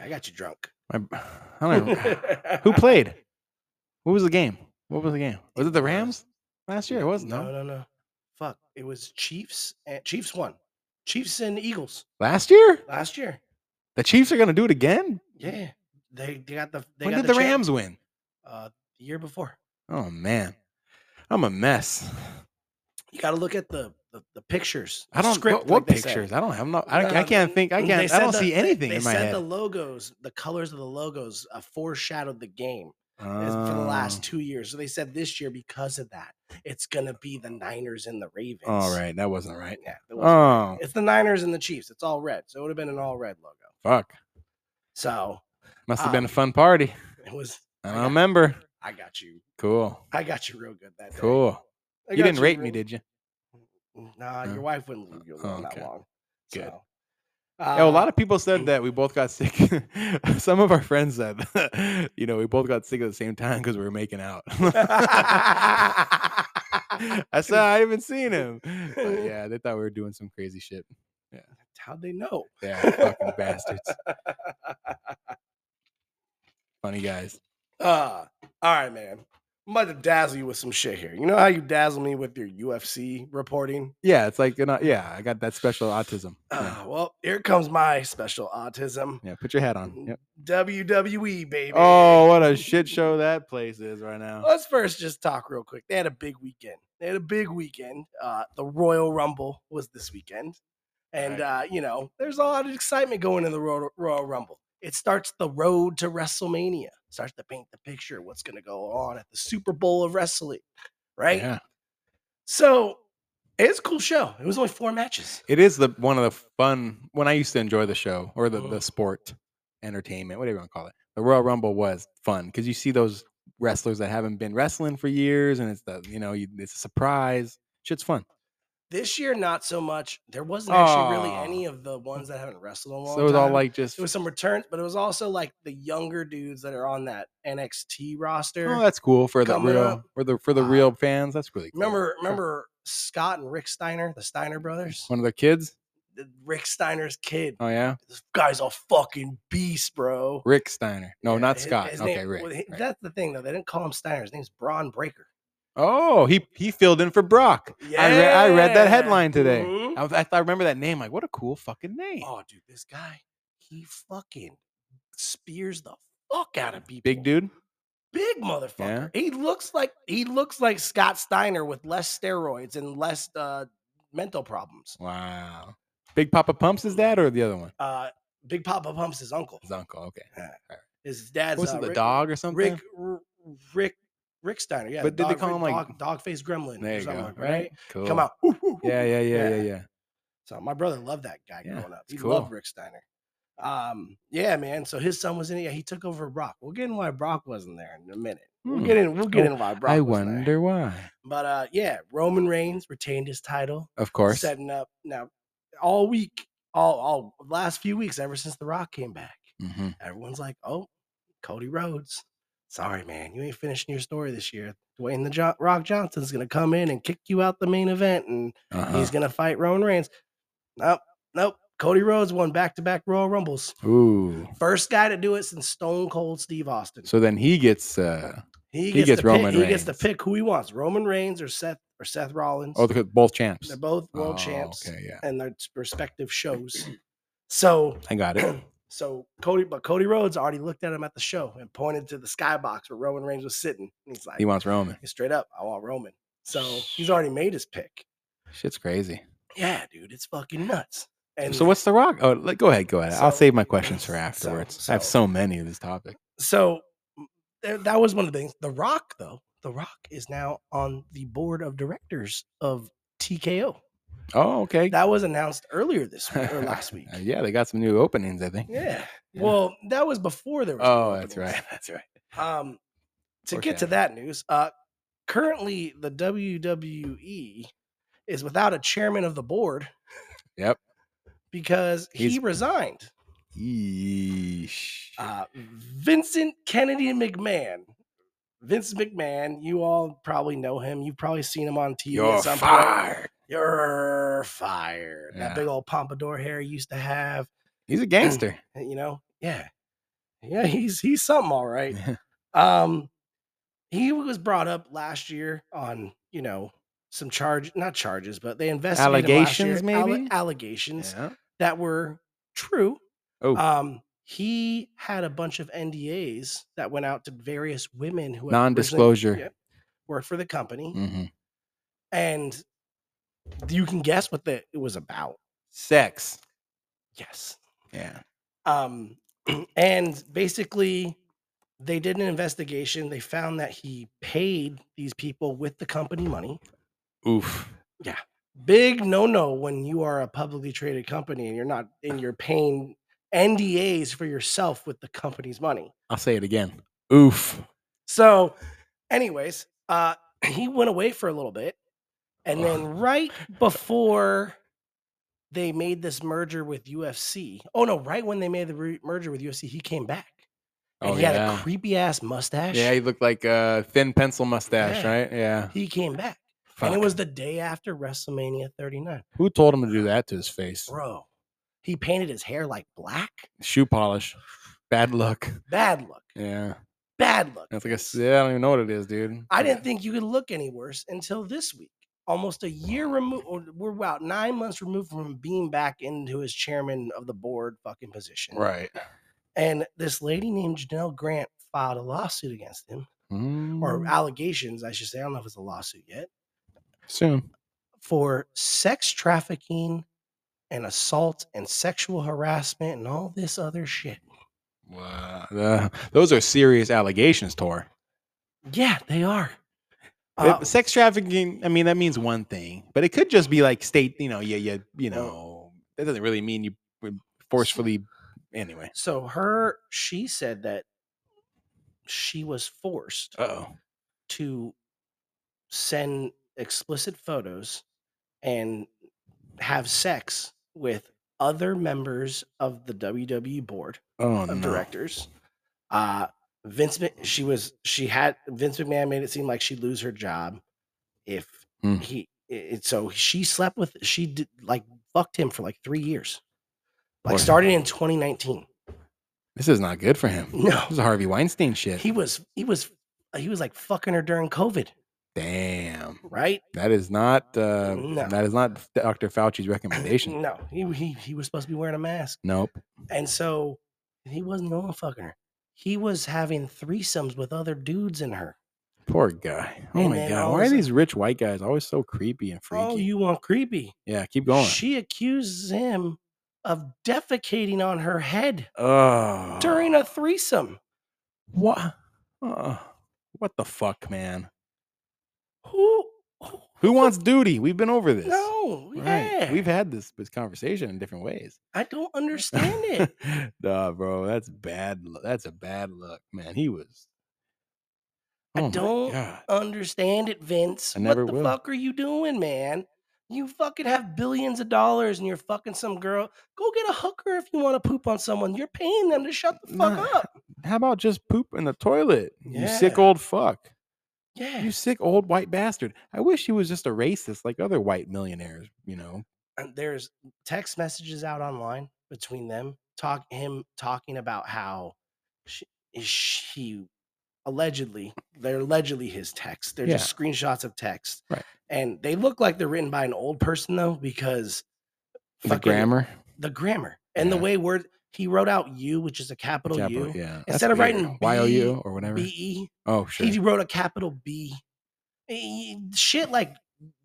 [SPEAKER 4] I got you drunk.
[SPEAKER 5] My, b- I
[SPEAKER 4] [LAUGHS]
[SPEAKER 5] don't even, [LAUGHS] who played? What was the game? What was the game? Was it the Rams last year? It wasn't. No.
[SPEAKER 4] No, no, no. Fuck. It was Chiefs and Chiefs won. Chiefs and Eagles
[SPEAKER 5] Last year?
[SPEAKER 4] last year.
[SPEAKER 5] The Chiefs are going to do it again?
[SPEAKER 4] Yeah. They they got the they
[SPEAKER 5] Mm. when
[SPEAKER 4] got
[SPEAKER 5] did the,
[SPEAKER 4] champ-
[SPEAKER 5] Rams win?
[SPEAKER 4] uh the year before.
[SPEAKER 5] Oh, man. I'm a mess.
[SPEAKER 4] You gotta look at the the, the pictures.
[SPEAKER 5] I
[SPEAKER 4] the
[SPEAKER 5] don't
[SPEAKER 4] script,
[SPEAKER 5] what, what
[SPEAKER 4] like they said.
[SPEAKER 5] pictures. I don't have no. I,
[SPEAKER 4] No,
[SPEAKER 5] I can't think. I
[SPEAKER 4] they
[SPEAKER 5] can't. I
[SPEAKER 4] said
[SPEAKER 5] don't
[SPEAKER 4] the-
[SPEAKER 5] see
[SPEAKER 4] they-
[SPEAKER 5] anything
[SPEAKER 4] they
[SPEAKER 5] in my
[SPEAKER 4] said
[SPEAKER 5] head.
[SPEAKER 4] the logos, the colors of the logos uh, foreshadowed the game as for the
[SPEAKER 5] Oh.
[SPEAKER 4] last two years. So they said this year because of that, it's gonna be the Niners and the Ravens.
[SPEAKER 5] Oh, All right, that wasn't right.
[SPEAKER 4] Yeah. that was-
[SPEAKER 5] Oh
[SPEAKER 4] It's the Niners and the Chiefs. It's all red. So it would have been an all red logo.
[SPEAKER 5] fuck! [LAUGHS]
[SPEAKER 4] So
[SPEAKER 5] Must have
[SPEAKER 4] Ah.
[SPEAKER 5] been a fun party.
[SPEAKER 4] it was
[SPEAKER 5] I
[SPEAKER 4] I
[SPEAKER 5] don't
[SPEAKER 4] got-
[SPEAKER 5] remember.
[SPEAKER 4] I got you.
[SPEAKER 5] Cool,
[SPEAKER 4] I got you real good that day.
[SPEAKER 5] cool.
[SPEAKER 4] I
[SPEAKER 5] You
[SPEAKER 4] got
[SPEAKER 5] didn't rate me,
[SPEAKER 4] real- mm,
[SPEAKER 5] did you?
[SPEAKER 4] Nah,
[SPEAKER 5] Uh,
[SPEAKER 4] your wife wouldn't leave you
[SPEAKER 5] uh,
[SPEAKER 4] alone
[SPEAKER 5] okay.
[SPEAKER 4] that long.
[SPEAKER 5] Good.
[SPEAKER 4] So,
[SPEAKER 5] Yeah, a
[SPEAKER 4] uh,
[SPEAKER 5] lot of people said that we both got sick. [LAUGHS] Some of our friends said, [LAUGHS] you know, we both got sick at the same time because we were making out. [LAUGHS] I said I haven't seen him. But yeah, they thought we were doing some crazy shit.
[SPEAKER 4] How'd they know?
[SPEAKER 5] Yeah, fucking bastards. Funny guys.
[SPEAKER 4] Uh, all right, man. I'm about to dazzle you with some shit here. You know how you dazzle me with your UFC reporting?
[SPEAKER 5] Yeah, it's like you know, yeah, I got that special autism. Yeah,
[SPEAKER 4] [SIGHS] Uh, well, here comes my special autism.
[SPEAKER 5] yeah, put your hat on. Yep.
[SPEAKER 4] WWE, baby.
[SPEAKER 5] Oh, what a shit show that place is right now.
[SPEAKER 4] Let's first just talk real quick. They had a big weekend. They had a big weekend. Uh, the Royal Rumble was this weekend. And, uh, you know, there's a lot of excitement going in the Royal, Royal Rumble. It starts the road to WrestleMania, starts to paint the picture of what's going to go on at the Super Bowl of wrestling, right?
[SPEAKER 5] Yeah.
[SPEAKER 4] So It's a cool show. It was only four matches.
[SPEAKER 5] It is the one of the fun when I used to enjoy the show or the,
[SPEAKER 4] Mhm.
[SPEAKER 5] the sport, entertainment, whatever you want to call it. The Royal Rumble was fun because you see those wrestlers that haven't been wrestling for years, and it's the you know you, it's a surprise. Shit's fun.
[SPEAKER 4] This year, not so much. There wasn't actually really
[SPEAKER 5] Aw.
[SPEAKER 4] any of the ones that haven't wrestled in a long
[SPEAKER 5] So it was all
[SPEAKER 4] time.
[SPEAKER 5] like just
[SPEAKER 4] it was some returns, but it was also like the younger dudes that are on that NXT roster.
[SPEAKER 5] oh that's cool for the
[SPEAKER 4] coming
[SPEAKER 5] real
[SPEAKER 4] up.
[SPEAKER 5] for the for the
[SPEAKER 4] Wow.
[SPEAKER 5] real fans. That's really cool.
[SPEAKER 4] remember, remember Scott and Rick Steiner, the Steiner brothers.
[SPEAKER 5] one of the kids.
[SPEAKER 4] The- Rick Steiner's kid.
[SPEAKER 5] Oh yeah,
[SPEAKER 4] This guy's a fucking beast, bro.
[SPEAKER 5] Rick Steiner. No,
[SPEAKER 4] Yeah,
[SPEAKER 5] not
[SPEAKER 4] his-
[SPEAKER 5] Scott.
[SPEAKER 4] his
[SPEAKER 5] okay,
[SPEAKER 4] name-
[SPEAKER 5] Rick.
[SPEAKER 4] well, he-
[SPEAKER 5] right.
[SPEAKER 4] That's the thing, though. They didn't call him Steiner. His name's Braun Breaker.
[SPEAKER 5] Oh, he he filled in for Brock. I, re- I read that
[SPEAKER 4] Yeah.
[SPEAKER 5] headline today.
[SPEAKER 4] Mhm.
[SPEAKER 5] I, was, I, thought- I remember that name. Like, what a cool fucking name.
[SPEAKER 4] Oh, dude, this guy, he fucking spears the fuck out of people.
[SPEAKER 5] Big dude.
[SPEAKER 4] big motherfucker. He looks like he looks like Scott Steiner with less steroids and less uh, mental problems.
[SPEAKER 5] Wow. Big Papa Pumps is that or the other one?
[SPEAKER 4] Uh, Big Papa Pump's his uncle.
[SPEAKER 5] His uncle. Okay.
[SPEAKER 4] His dad's
[SPEAKER 5] Was
[SPEAKER 4] uh,
[SPEAKER 5] it the
[SPEAKER 4] Rick,
[SPEAKER 5] dog or something?
[SPEAKER 4] Rick R- Rick Rick Steiner. Yeah,
[SPEAKER 5] But
[SPEAKER 4] the
[SPEAKER 5] did
[SPEAKER 4] dog-
[SPEAKER 5] they call him, like-
[SPEAKER 4] dog, dog face gremlin?
[SPEAKER 5] There
[SPEAKER 4] or
[SPEAKER 5] you go.
[SPEAKER 4] something
[SPEAKER 5] Right.
[SPEAKER 4] like, right?
[SPEAKER 5] Cool.
[SPEAKER 4] Come out. Ooh, ooh, ooh,
[SPEAKER 5] Yeah, yeah, yeah, yeah,
[SPEAKER 4] Yeah.
[SPEAKER 5] yeah.
[SPEAKER 4] So my brother loved that guy
[SPEAKER 5] Yeah,
[SPEAKER 4] growing up.
[SPEAKER 5] it's
[SPEAKER 4] He
[SPEAKER 5] cool.
[SPEAKER 4] loved Rick Steiner. Um, yeah, man. So his son was in it. Yeah, he took over Brock. We'll get in why Brock wasn't there in a minute. We'll
[SPEAKER 5] Hmm.
[SPEAKER 4] get in. We'll get
[SPEAKER 5] Oh,
[SPEAKER 4] in why Brock.
[SPEAKER 5] I
[SPEAKER 4] wasn't there.
[SPEAKER 5] wonder why.
[SPEAKER 4] But uh, yeah, Roman Reigns retained his title,
[SPEAKER 5] Of course.
[SPEAKER 4] setting up now all week, all all last few weeks, ever since The Rock came back,
[SPEAKER 5] hmm
[SPEAKER 4] everyone's like, "Oh, Cody Rhodes, sorry man, you ain't finishing your story this year. Dwayne the jo- Rock Johnson's gonna come in and kick you out the main event, and he's gonna fight Roman Reigns." Nope, nope. Cody Rhodes won back to back Royal Rumbles.
[SPEAKER 5] Uh-huh. Ooh.
[SPEAKER 4] First guy to do it since Stone Cold Steve Austin.
[SPEAKER 5] So then he gets. uh
[SPEAKER 4] he
[SPEAKER 5] gets
[SPEAKER 4] to pick-
[SPEAKER 5] Roman
[SPEAKER 4] He gets to
[SPEAKER 5] Reigns.
[SPEAKER 4] pick who he wants: Roman Reigns or Seth or Seth Rollins.
[SPEAKER 5] Oh, they're both champs.
[SPEAKER 4] They're both world
[SPEAKER 5] Oh,
[SPEAKER 4] champs
[SPEAKER 5] Okay, yeah.
[SPEAKER 4] and their respective shows. So,
[SPEAKER 5] I got it.
[SPEAKER 4] [CLEARS THROAT] so Cody, but Cody Rhodes already looked at him at the show and pointed to the skybox where Roman Reigns was sitting. And he's like,
[SPEAKER 5] He wants Roman.
[SPEAKER 4] straight up, I want Roman. So he's already made his pick.
[SPEAKER 5] Shit's crazy.
[SPEAKER 4] Yeah, dude, it's fucking nuts. And
[SPEAKER 5] so what's the rock? Oh, let, go ahead, go ahead. I'll
[SPEAKER 4] So-
[SPEAKER 5] save my questions
[SPEAKER 4] [CLEARS THROAT]
[SPEAKER 5] for
[SPEAKER 4] so-
[SPEAKER 5] afterwards. I have
[SPEAKER 4] so-
[SPEAKER 5] so many of this topic.
[SPEAKER 4] so th- that was one of the things. The Rock, though, The Rock is now on the board of directors of TKO.
[SPEAKER 5] Oh, okay.
[SPEAKER 4] That was announced earlier this week or last
[SPEAKER 5] [LAUGHS]
[SPEAKER 4] week.
[SPEAKER 5] Uh, yeah, they got some new openings, I think.
[SPEAKER 4] Yeah.
[SPEAKER 5] Yeah.
[SPEAKER 4] Well, that was before there was. new
[SPEAKER 5] Oh, that's
[SPEAKER 4] openings.
[SPEAKER 5] right. [LAUGHS] That's right.
[SPEAKER 4] Um, to get to that news, uh, currently the WWE is without a chairman of the board.
[SPEAKER 5] Yep.
[SPEAKER 4] Because he
[SPEAKER 5] He's-
[SPEAKER 4] resigned.
[SPEAKER 5] Yeesh.
[SPEAKER 4] Uh, Vincent Kennedy McMahon. Vince McMahon, you all probably know him. You've probably seen him on TV
[SPEAKER 5] You're
[SPEAKER 4] at some point.
[SPEAKER 5] fired.
[SPEAKER 4] You're fired.
[SPEAKER 5] Yeah.
[SPEAKER 4] That big old pompadour hair he used to have.
[SPEAKER 5] He's a gangster.
[SPEAKER 4] You know, yeah, yeah, he's he's something all
[SPEAKER 5] [LAUGHS]
[SPEAKER 4] right. Um, he was brought up last year on you know some charge, not charges, but they investigated him last year,
[SPEAKER 5] Allegations,
[SPEAKER 4] alle-
[SPEAKER 5] maybe?
[SPEAKER 4] allegations
[SPEAKER 5] Yeah.
[SPEAKER 4] that were true.
[SPEAKER 5] Oh,
[SPEAKER 4] Um, he had a bunch of NDAs that went out to various women who had originally
[SPEAKER 5] non-disclosure.
[SPEAKER 4] yeah. worked for the company,
[SPEAKER 5] Mhm.
[SPEAKER 4] and you can guess what the, it was about.
[SPEAKER 5] Sex.
[SPEAKER 4] Yes,
[SPEAKER 5] Yeah.
[SPEAKER 4] um, [CLEARS THROAT] and basically they did an investigation they found that he paid these people with the company money
[SPEAKER 5] Oof.
[SPEAKER 4] big no no when you are a publicly traded company and you're not and you're paying ndas for yourself with the company's money
[SPEAKER 5] I'll say it again. Oof.
[SPEAKER 4] so anyways uh [CLEARS THROAT] he went away for a little bit and then right before they made this merger with ufc oh no right when they made the re- merger with ufc he came back And
[SPEAKER 5] Oh
[SPEAKER 4] he had a
[SPEAKER 5] yeah.
[SPEAKER 4] creepy ass mustache.
[SPEAKER 5] Yeah, he looked like a thin pencil mustache,
[SPEAKER 4] Yeah.
[SPEAKER 5] right? Yeah.
[SPEAKER 4] he came back. And
[SPEAKER 5] Fuck.
[SPEAKER 4] it was the day after WrestleMania 39.
[SPEAKER 5] Who told him to do that to his face?
[SPEAKER 4] Bro, he painted his hair like black.
[SPEAKER 5] Shoe polish. Bad luck.
[SPEAKER 4] Bad look.
[SPEAKER 5] Yeah.
[SPEAKER 4] Bad look.
[SPEAKER 5] That's like a. s- Yeah, I don't even know what it is, dude.
[SPEAKER 4] I didn't think you could look any worse until this week. Almost a year removed, we're about nine months removed from being back into his chairman of the board fucking position.
[SPEAKER 5] Right.
[SPEAKER 4] And this lady named Janelle Grant filed a lawsuit against him, or
[SPEAKER 5] Mm,
[SPEAKER 4] allegations, I should say. I don't know if it's a lawsuit yet.
[SPEAKER 5] soon.
[SPEAKER 4] for sex trafficking and assault and sexual harassment and all this other shit.
[SPEAKER 5] Wow. Uh, those are serious allegations, Tor.
[SPEAKER 4] Yeah, they are. Uh,
[SPEAKER 5] If sex trafficking, I mean, that means one thing, but it could just be like state, you know, yeah, yeah, you know, that doesn't really mean you would forcefully, anyway.
[SPEAKER 4] so her, she said that she was forced
[SPEAKER 5] Uh oh.
[SPEAKER 4] to send explicit photos and have sex with other members of the WWE board
[SPEAKER 5] Oh,
[SPEAKER 4] of
[SPEAKER 5] no.
[SPEAKER 4] directors. Uh, Vince, Mc- she was, she had Vince McMahon made it seem like she'd lose her job if
[SPEAKER 5] Hmm.
[SPEAKER 4] he. It, so she slept with, she did like fucked him for like three years, like
[SPEAKER 5] Boy.
[SPEAKER 4] starting in 2019.
[SPEAKER 5] This is not good for him.
[SPEAKER 4] [LAUGHS] No,
[SPEAKER 5] This is Harvey Weinstein shit.
[SPEAKER 4] he was, he was, he was like fucking her during COVID,
[SPEAKER 5] Damn. [CLEARS THROAT]
[SPEAKER 4] right?
[SPEAKER 5] That is not, uh,
[SPEAKER 4] No.
[SPEAKER 5] that is not Dr. Fauci's [LAUGHS] recommendation.
[SPEAKER 4] No, he, he he was supposed to be wearing a mask,
[SPEAKER 5] nope.
[SPEAKER 4] and so he wasn't the only fucking her. He was having threesomes with other dudes in her.
[SPEAKER 5] Poor guy. Oh
[SPEAKER 4] And
[SPEAKER 5] my
[SPEAKER 4] then
[SPEAKER 5] God.
[SPEAKER 4] all
[SPEAKER 5] Why
[SPEAKER 4] of
[SPEAKER 5] are
[SPEAKER 4] a sudden-
[SPEAKER 5] these rich white guys always so creepy and freaky?
[SPEAKER 4] Oh, you want creepy?
[SPEAKER 5] yeah, keep going.
[SPEAKER 4] She accuses him of defecating on her head
[SPEAKER 5] oh.
[SPEAKER 4] during a threesome.
[SPEAKER 5] What? Uh, what the fuck, man?
[SPEAKER 4] Who? who
[SPEAKER 5] Who wants duty? We've been over this.
[SPEAKER 4] No, yeah,
[SPEAKER 5] Right. We've had this, this conversation in different ways.
[SPEAKER 4] I don't understand it.
[SPEAKER 5] [LAUGHS] nah, bro, that's bad. lu- That's a bad look, man. He was. Oh
[SPEAKER 4] I
[SPEAKER 5] my
[SPEAKER 4] don't-
[SPEAKER 5] God.
[SPEAKER 4] understand it, Vince.
[SPEAKER 5] I never
[SPEAKER 4] what the
[SPEAKER 5] will.
[SPEAKER 4] fuck are you doing, man? You fucking have billions of dollars and you're fucking some girl. Go get a hooker if you want to poop on someone. You're paying them to shut the fuck
[SPEAKER 5] Nah.
[SPEAKER 4] up.
[SPEAKER 5] How about just poop in the toilet? You sick
[SPEAKER 4] Yeah.
[SPEAKER 5] old fuck.
[SPEAKER 4] Yeah.
[SPEAKER 5] You sick old white bastard. I wish he was just a racist like other white millionaires, you know.
[SPEAKER 4] and there's text messages out online between them talk him talking about how she, she allegedly they're allegedly his texts they're just screenshots of text
[SPEAKER 5] Right.
[SPEAKER 4] and they look like they're written by an old person though because
[SPEAKER 5] The
[SPEAKER 4] fucking-
[SPEAKER 5] grammar.
[SPEAKER 4] the grammar and the
[SPEAKER 5] Yeah.
[SPEAKER 4] way word he wrote out you which is a capital,
[SPEAKER 5] Capital,
[SPEAKER 4] u
[SPEAKER 5] E, yeah.
[SPEAKER 4] Instead of writing
[SPEAKER 5] Y O U
[SPEAKER 4] B- E,
[SPEAKER 5] or whatever.
[SPEAKER 4] b-e
[SPEAKER 5] oh, sure.
[SPEAKER 4] he wrote a capital b E- shit like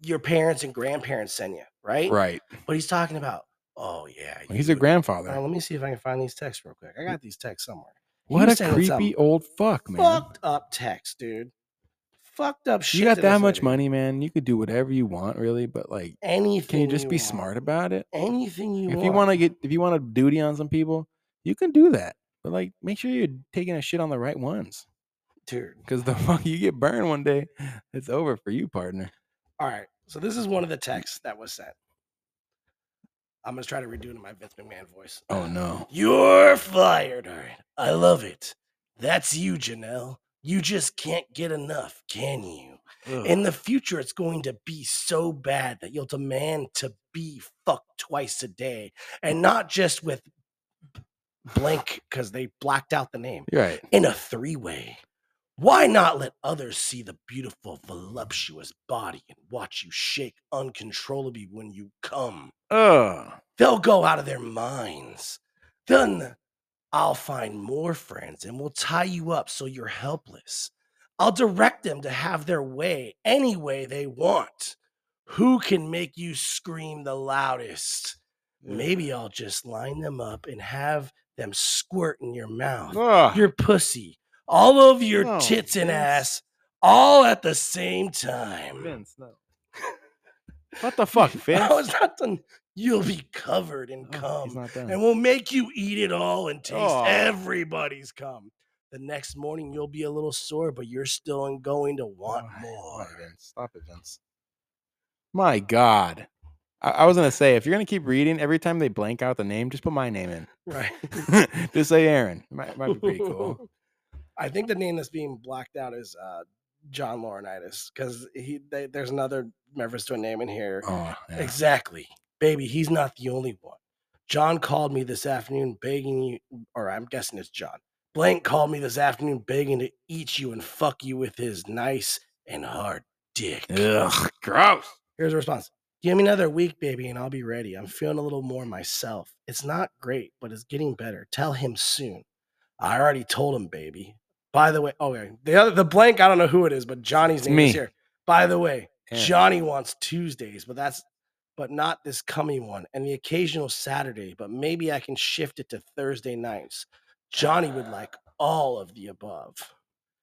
[SPEAKER 4] your parents and grandparents send you right
[SPEAKER 5] Right.
[SPEAKER 4] but he's talking about, oh yeah,
[SPEAKER 5] Well, he's
[SPEAKER 4] you-
[SPEAKER 5] a grandfather.
[SPEAKER 4] Uh, let me see if I can find these texts real quick. I got these texts somewhere. he
[SPEAKER 5] what
[SPEAKER 4] was
[SPEAKER 5] a
[SPEAKER 4] saying
[SPEAKER 5] creepy
[SPEAKER 4] something.
[SPEAKER 5] old fuck, man.
[SPEAKER 4] Fucked up text, dude. Fucked up shit.
[SPEAKER 5] you got
[SPEAKER 4] to
[SPEAKER 5] that
[SPEAKER 4] this
[SPEAKER 5] much
[SPEAKER 4] lady.
[SPEAKER 5] money, man. You could do whatever you want, really. But like,
[SPEAKER 4] Anything.
[SPEAKER 5] can you just be
[SPEAKER 4] want.
[SPEAKER 5] smart about it?
[SPEAKER 4] Anything you
[SPEAKER 5] if
[SPEAKER 4] want.
[SPEAKER 5] you want to get, if you want to duty on some people, you can do that. But like, make sure you're taking a shit on the right ones,
[SPEAKER 4] dude.
[SPEAKER 5] because the [LAUGHS] fuck you get burned one day, it's over for you, partner.
[SPEAKER 4] All right. So this is one of the texts that was sent. I'm gonna try to redo it in my Vince McMahon voice.
[SPEAKER 5] Oh no.
[SPEAKER 4] You're fired. All right. I love it. That's you, Janelle. You just can't get enough, can you? In the future, it's going to be so bad that you'll demand to be fucked twice a day and not just with b- blank because they blacked out the name
[SPEAKER 5] You're right.
[SPEAKER 4] in a three way. Why not let others see the beautiful, voluptuous body and watch you shake uncontrollably when you come?
[SPEAKER 5] Ugh.
[SPEAKER 4] They'll go out of their minds. Then I'll find more friends and we'll tie you up so you're helpless. I'll direct them to have their way any way they want. Who can make you scream the loudest? Maybe I'll just line them up and have them squirt in your mouth,
[SPEAKER 5] Ugh.
[SPEAKER 4] your pussy, all over your
[SPEAKER 5] No,
[SPEAKER 4] tits and ass,
[SPEAKER 5] Vince.
[SPEAKER 4] all at the same time. [LAUGHS]
[SPEAKER 5] Vince, no. what the [LAUGHS] fuck, Vince?
[SPEAKER 4] No, it's not done. You'll be covered in
[SPEAKER 5] Oh,
[SPEAKER 4] cum,
[SPEAKER 5] he's not done.
[SPEAKER 4] and we'll make you eat it all and taste
[SPEAKER 5] Oh.
[SPEAKER 4] everybody's cum. The next morning, you'll be a little sore, but you're still in- going to want
[SPEAKER 5] Oh,
[SPEAKER 4] more.
[SPEAKER 5] alright, Vince. Stop it, Vince. My God. I, I was gonna say if you're gonna keep reading, every time they blank out the name, just put my name in.
[SPEAKER 4] [LAUGHS] Right?
[SPEAKER 5] [LAUGHS] just say Aaron. Might, might be pretty [LAUGHS] cool.
[SPEAKER 4] [LAUGHS] I think the name that's being blacked out is uh, John Laurinaitis because he they, there's another reference to a name in here.
[SPEAKER 5] Oh, yeah.
[SPEAKER 4] Exactly. Baby, he's not the only one. John called me this afternoon begging you, or I'm guessing it's John. Blank called me this afternoon begging to eat you and fuck you with his nice and hard dick.
[SPEAKER 5] Ugh, gross.
[SPEAKER 4] Here's a response Give me another week, baby, and I'll be ready. I'm feeling a little more myself. It's not great, but it's getting better. Tell him soon. I already told him, baby. By the way, oh, yeah, the other, the blank, I don't know who it is, but Johnny's
[SPEAKER 5] It's
[SPEAKER 4] name
[SPEAKER 5] me.
[SPEAKER 4] is here. By the way,
[SPEAKER 5] Aaron.
[SPEAKER 4] Johnny wants Tuesdays, but that's but not this coming one and the occasional Saturday, but maybe I can shift it to Thursday nights. Johnny would like all of the above.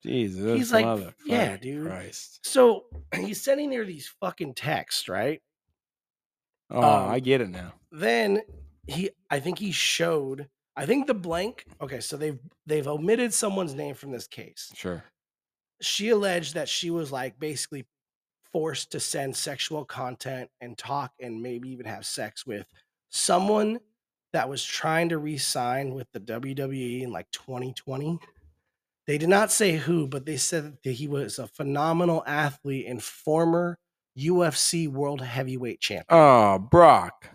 [SPEAKER 5] Jesus,
[SPEAKER 4] He's like,
[SPEAKER 5] motherfucking
[SPEAKER 4] yeah, dude.
[SPEAKER 5] Christ.
[SPEAKER 4] So [CLEARS THROAT] he's sending her these fucking texts, right?
[SPEAKER 5] Oh,
[SPEAKER 4] Um,
[SPEAKER 5] I get it now.
[SPEAKER 4] Then he, I think he showed. I think the blank. Okay, so they've they've omitted someone's name from this case.
[SPEAKER 5] Sure.
[SPEAKER 4] she alleged that she was like basically forced to send sexual content and talk and maybe even have sex with someone that was trying to re-sign with the WWE in like 2020. They did not say who, but they said that he was a phenomenal athlete and former UFC World Heavyweight Champion.
[SPEAKER 5] Oh, Brock.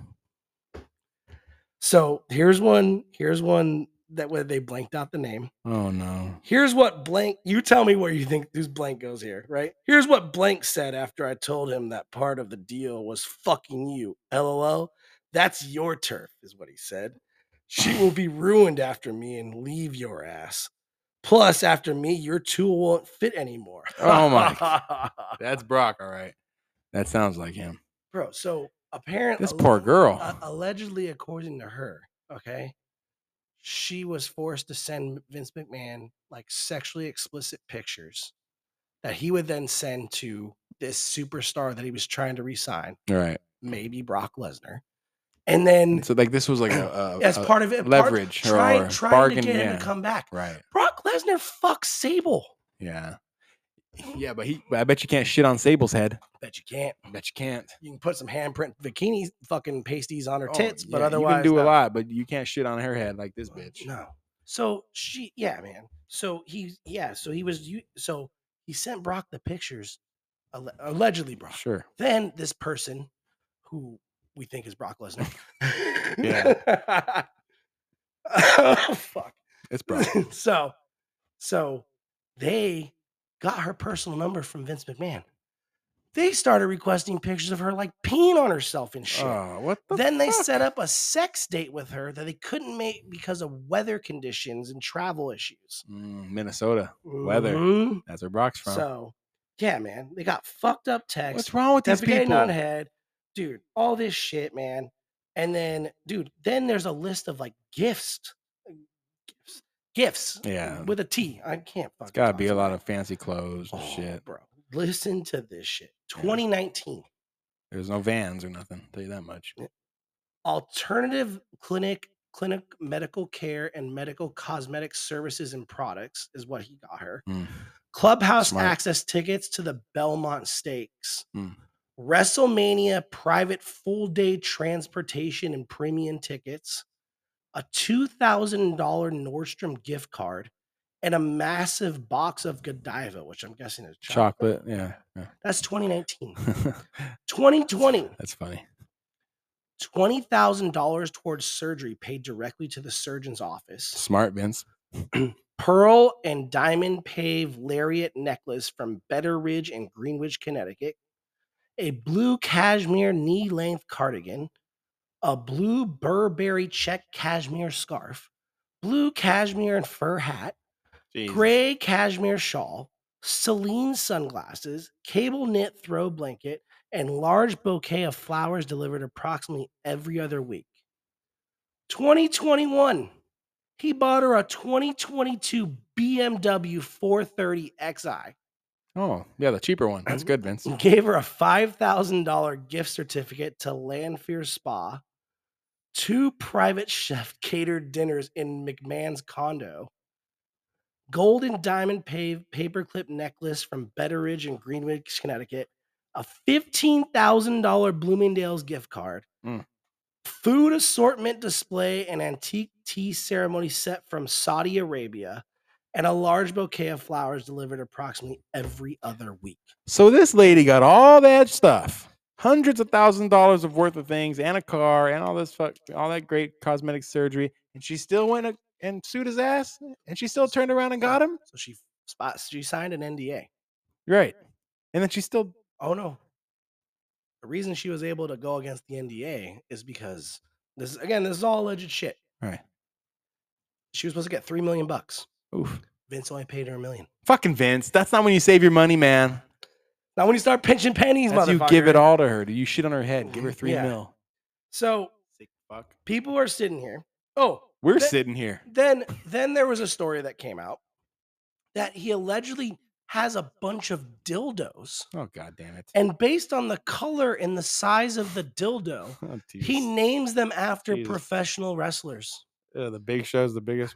[SPEAKER 4] So here's one. Here's one that where they blanked out the name.
[SPEAKER 5] Oh no.
[SPEAKER 4] Here's what blank. You tell me where you think whose blank goes here, right? Here's what blank said after I told him that part of the deal was fucking you. LOL. That's your turf, is what he said. She will be ruined after me and leave your ass. Plus, after me, your tool won't fit anymore. [LAUGHS]
[SPEAKER 5] Oh my- That's Brock. All right. That sounds like him.
[SPEAKER 4] bro. So apparently,
[SPEAKER 5] This [LAUGHS] poor girl.
[SPEAKER 4] uh, allegedly, according to her, okay, she was forced to send Vince McMahon like sexually explicit pictures that he would then send to this superstar that he was trying to resign,
[SPEAKER 5] All right.
[SPEAKER 4] maybe Brock Lesnar, and then
[SPEAKER 5] So like this was like a, a,
[SPEAKER 4] as
[SPEAKER 5] a-
[SPEAKER 4] part of it, part-
[SPEAKER 5] leverage
[SPEAKER 4] try-
[SPEAKER 5] or
[SPEAKER 4] trying
[SPEAKER 5] bargain,
[SPEAKER 4] to get him
[SPEAKER 5] yeah.
[SPEAKER 4] to come back.
[SPEAKER 5] right.
[SPEAKER 4] Brock Lesnar fucks Sable. [LAUGHS]
[SPEAKER 5] Yeah. Yeah, but he. but I bet you can't shit on Sable's head.
[SPEAKER 4] Bet you can't.
[SPEAKER 5] I bet you can't.
[SPEAKER 4] You can put some handprint bikini fucking pasties on her
[SPEAKER 5] Oh,
[SPEAKER 4] tits, but
[SPEAKER 5] yeah,
[SPEAKER 4] otherwise,
[SPEAKER 5] you can do a
[SPEAKER 4] no.
[SPEAKER 5] lot, but you can't shit on her head like this bitch.
[SPEAKER 4] No. So she, yeah, man. So he, yeah. So he was, you. so he sent Brock the pictures, alle- allegedly Brock.
[SPEAKER 5] Sure.
[SPEAKER 4] Then this person, who we think is Brock Lesnar.
[SPEAKER 5] Yeah.
[SPEAKER 4] oh, [LAUGHS] fuck. [LAUGHS]
[SPEAKER 5] It's Brock.
[SPEAKER 4] so, so they got her personal number from Vince McMahon. They started requesting pictures of her like peeing on herself and shit
[SPEAKER 5] oh, what the
[SPEAKER 4] then they
[SPEAKER 5] fuck?
[SPEAKER 4] set up a sex date with her that they couldn't make because of weather conditions and travel issues.
[SPEAKER 5] Mm, Minnesota. Weather.
[SPEAKER 4] Mhm.
[SPEAKER 5] That's where Brock's from.
[SPEAKER 4] So, yeah, man, they got fucked up texts.
[SPEAKER 5] What's wrong with these
[SPEAKER 4] defecating
[SPEAKER 5] people?
[SPEAKER 4] on head, dude. All this shit, man. And then, dude, then there's a list of like gifts, uh, gifts, gifts.
[SPEAKER 5] Yeah.
[SPEAKER 4] with a T. I can't.
[SPEAKER 5] It's gotta be a lot of fancy clothes
[SPEAKER 4] Oh.
[SPEAKER 5] and shit.
[SPEAKER 4] bro. Listen to this shit.
[SPEAKER 5] Yeah.
[SPEAKER 4] 2019.
[SPEAKER 5] There's no vans or nothing. Tell you that much.
[SPEAKER 4] alternative clinic clinic medical care and medical cosmetic services and products is what he got her
[SPEAKER 5] Mm.
[SPEAKER 4] clubhouse
[SPEAKER 5] Smart.
[SPEAKER 4] access tickets to the belmont stakes
[SPEAKER 5] Mm.
[SPEAKER 4] wrestlemania private full day transportation and premium tickets a $2000 nordstrom gift card and a massive box of godiva which i'm guessing is chocolate,
[SPEAKER 5] Chocolate. Yeah. yeah. [LAUGHS]
[SPEAKER 4] that's 2019 2020
[SPEAKER 5] That's funny.
[SPEAKER 4] $20,000 towards surgery paid directly to the surgeon's office.
[SPEAKER 5] Smart Vince.
[SPEAKER 4] Pearl and diamond pave lariat necklace from Better Ridge and Greenwich, Connecticut. A blue cashmere knee length cardigan. A blue Burberry check cashmere scarf. Blue cashmere and fur hat. Gray cashmere shawl. Celine sunglasses. Cable knit throw blanket. And large bouquet of flowers delivered approximately every other week. 2021. He bought her a 2022 BMW 430 XI
[SPEAKER 5] Oh, yeah, the cheaper one. That's good, Vince.
[SPEAKER 4] and gave her a $5,000 gift certificate to Lanfear Spa, two private chef [LAUGHS] catered dinners in McMahon's condo, gold and diamond pave paperclip necklace from Betteridge in Greenwich, Connecticut, a $15,000 Bloomingdale's gift card,
[SPEAKER 5] Mm.
[SPEAKER 4] food assortment display and antique tea ceremony set from Saudi Arabia, and a large bouquet of flowers delivered approximately every other week.
[SPEAKER 5] So this lady got all that stuff. Hundreds of thousand dollars of worth of things and a car and all this fuck all that great cosmetic surgery. And she still went a- and sued his ass and she still turned around and got him?
[SPEAKER 4] So she spots she signed an NDA.
[SPEAKER 5] Right. And then she still
[SPEAKER 4] Oh no. The reason she was able to go against the NDA is because this again, this is all alleged shit.
[SPEAKER 5] Right.
[SPEAKER 4] She was supposed to get three million bucks.
[SPEAKER 5] Oof.
[SPEAKER 4] Vince only paid her a million.
[SPEAKER 5] Fucking Vince. That's not when you save your money, man.
[SPEAKER 4] Now when you start pinching pennies,
[SPEAKER 5] That's
[SPEAKER 4] motherfucker.
[SPEAKER 5] you give it all to her. Do you shit on her head? Give her three
[SPEAKER 4] Yeah.
[SPEAKER 5] mil.
[SPEAKER 4] So
[SPEAKER 5] Sick fuck.
[SPEAKER 4] people are sitting here. Oh,
[SPEAKER 5] We're
[SPEAKER 4] That-
[SPEAKER 5] sitting here.
[SPEAKER 4] then then there was a story that came out that he allegedly has a bunch of dildos.
[SPEAKER 5] Oh god damn it. [LAUGHS]
[SPEAKER 4] And based on the color and the size of the dildo,
[SPEAKER 5] Oh,
[SPEAKER 4] he
[SPEAKER 5] jeez.
[SPEAKER 4] names them after
[SPEAKER 5] Jesus.
[SPEAKER 4] professional wrestlers.
[SPEAKER 5] Yeah, Uh, the big show's the biggest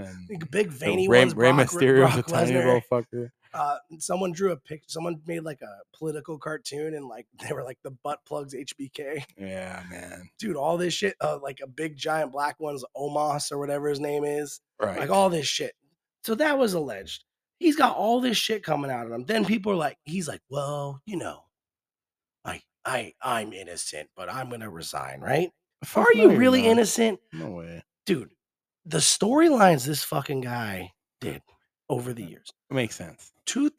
[SPEAKER 4] [LAUGHS]
[SPEAKER 5] and
[SPEAKER 4] Like big
[SPEAKER 5] the
[SPEAKER 4] veiny
[SPEAKER 5] Rey,
[SPEAKER 4] ones.
[SPEAKER 5] Rey
[SPEAKER 4] Brock-
[SPEAKER 5] Mysterio's
[SPEAKER 4] Brock
[SPEAKER 5] a tiny
[SPEAKER 4] Lesnar.
[SPEAKER 5] little fucker.
[SPEAKER 4] uh, someone drew a pic. Someone made like a political cartoon, and like [LAUGHS] they were like the butt plugs HBK,
[SPEAKER 5] Yeah, man.
[SPEAKER 4] [LAUGHS] dude. All this shit, uh, like a big giant black one's Omos or whatever his name is,
[SPEAKER 5] Right.
[SPEAKER 4] like all this shit. So that was alleged. He's got all this shit coming out of him. Then people are like, he's like, well, you know, I, I, I'm innocent, but I'm gonna resign, right?
[SPEAKER 5] Fuck
[SPEAKER 4] Are
[SPEAKER 5] no,
[SPEAKER 4] you
[SPEAKER 5] you're
[SPEAKER 4] really
[SPEAKER 5] not.
[SPEAKER 4] innocent,
[SPEAKER 5] No way.
[SPEAKER 4] dude? The storylines this fucking guy did over the years.
[SPEAKER 5] Makes sense.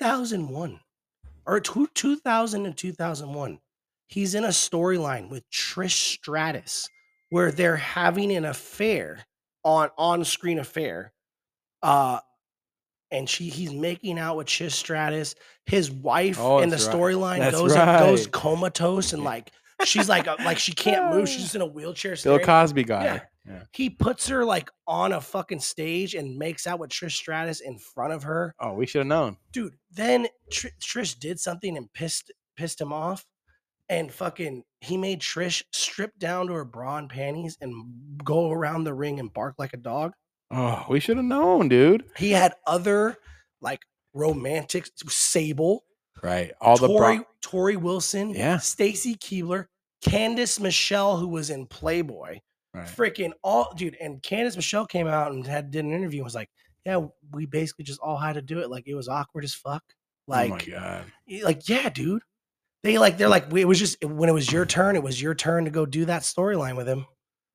[SPEAKER 4] 2001 or two, 2000 and 2001 he's in a storyline with trish stratus where they're having an affair on on-screen affair uh and she he's making out with trish stratus his wife
[SPEAKER 5] Oh,
[SPEAKER 4] in the
[SPEAKER 5] that's right.
[SPEAKER 4] storyline
[SPEAKER 5] That's
[SPEAKER 4] goes goes
[SPEAKER 5] right.
[SPEAKER 4] comatose and like she's like uh, like
[SPEAKER 5] [LAUGHS]
[SPEAKER 4] she can't move she's just in a wheelchair
[SPEAKER 5] Ah. Bill
[SPEAKER 4] staring.
[SPEAKER 5] Cosby got
[SPEAKER 4] Yeah.
[SPEAKER 5] her. Yeah.
[SPEAKER 4] he puts her like on a fucking stage and makes out with trish stratus in front of her
[SPEAKER 5] Oh, we should have known.
[SPEAKER 4] dude. Then Tr- Trish did something and pissed pissed him off, and fucking he made Trish strip down to her bra and panties and go around the ring and bark like a dog.
[SPEAKER 5] Oh, we should have known, dude.
[SPEAKER 4] He had other like romantic Sable,
[SPEAKER 5] Right. All the
[SPEAKER 4] Tori,
[SPEAKER 5] Brock-
[SPEAKER 4] Tori Wilson,
[SPEAKER 5] Yeah.
[SPEAKER 4] Stacy Keebler, Candice Michelle, who was in Playboy
[SPEAKER 5] right. Oh
[SPEAKER 4] freaking all dude and candace michelle came out and had did an interview and was like yeah we basically just all had to do it like it was awkward as fuck
[SPEAKER 5] oh my
[SPEAKER 4] like
[SPEAKER 5] god.
[SPEAKER 4] y- like yeah dude they like they're like "We- it was just when it was your turn it was your turn to go do that storyline with him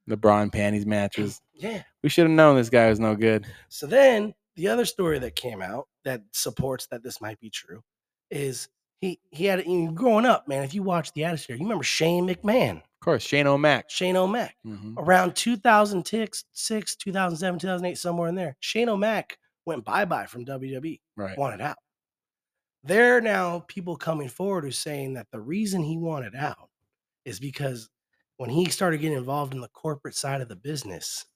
[SPEAKER 5] The bra and panties matches.
[SPEAKER 4] yeah
[SPEAKER 5] We should have known this guy was no good.
[SPEAKER 4] so then the other story that came out that supports that this might be true is he he had you know, growing up man if you watch the atmosphere you remember shane mcmahon
[SPEAKER 5] Of course, Shane O'Mac.
[SPEAKER 4] shane o'mac
[SPEAKER 5] Mhm.
[SPEAKER 4] around 2006, 2007, 2008, somewhere in there, Shane O'Mac went bye bye from WWE,
[SPEAKER 5] Right.
[SPEAKER 4] wanted out. There are now people coming forward who's saying that the reason he wanted out is because when he started getting involved in the corporate side of the business,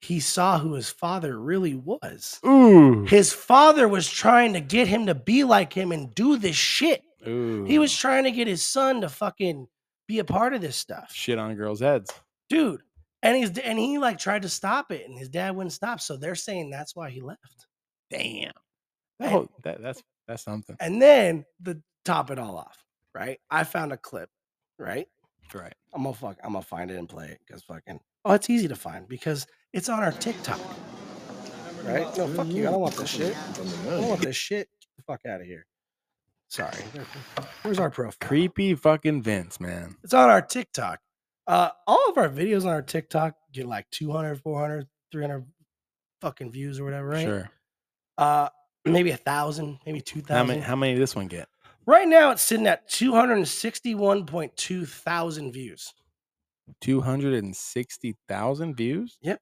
[SPEAKER 4] he saw who his father really was.
[SPEAKER 5] Ooh.
[SPEAKER 4] His father was trying to get him to be like him and do this shit.
[SPEAKER 5] Ooh.
[SPEAKER 4] He was trying to get his son to fucking be a part of this stuff
[SPEAKER 5] shit on girls' heads.
[SPEAKER 4] dude. And he's and he like tried to stop it, and his dad wouldn't stop. So they're saying that's why he left.
[SPEAKER 5] Damn.
[SPEAKER 4] Right?
[SPEAKER 5] Oh, that, that's that's something.
[SPEAKER 4] And then the top it all off, right? I found a clip, right?
[SPEAKER 5] Right.
[SPEAKER 4] I'm gonna fuck. I'm gonna find it and play it because fucking. Oh, it's easy to find because it's on our TikTok, right? No, fuck you. I don't want this shit. I don't want this shit. Get the fuck out of here. Sorry. Where's our profile?
[SPEAKER 5] Creepy fucking Vince, man.
[SPEAKER 4] It's on our TikTok. Uh, all of our videos on our TikTok get like 200, 400, 300 fucking views or whatever, right?
[SPEAKER 5] Sure.
[SPEAKER 4] Uh, maybe a thousand, maybe two
[SPEAKER 5] How many?
[SPEAKER 4] thousand.
[SPEAKER 5] How many did this one get?
[SPEAKER 4] Right now, it's sitting at 261.2 thousand views.
[SPEAKER 5] Two hundred and sixty thousand views.
[SPEAKER 4] Yep.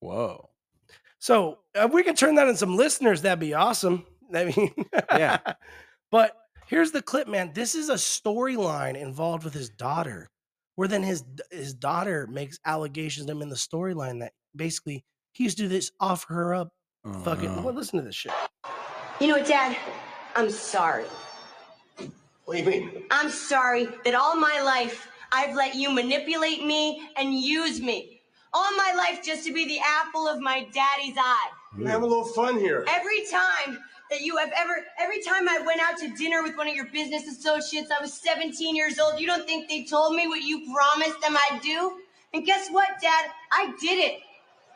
[SPEAKER 5] Whoa.
[SPEAKER 4] So if we can turn that in some listeners, that'd be awesome. [LAUGHS] I mean,
[SPEAKER 5] Yeah.
[SPEAKER 4] [LAUGHS] But here's the clip, man. This is a storyline involved with his daughter, where then his his daughter makes allegations to him in the storyline that basically he used to do this, offer her up,
[SPEAKER 5] Oh,
[SPEAKER 4] fucking.
[SPEAKER 5] no.
[SPEAKER 4] Well, listen to this shit.
[SPEAKER 7] You know what, Dad? I'm sorry.
[SPEAKER 1] What do you mean?
[SPEAKER 7] I'm sorry that all my life I've let you manipulate me and use me. All my life just to be the apple of my daddy's eye.
[SPEAKER 1] I'm having a little fun here.
[SPEAKER 7] Every time that you have ever, every time I went out to dinner with one of your business associates, I was 17 years old. You don't think they told me what you promised them I'd do? And guess what, Dad? I did it.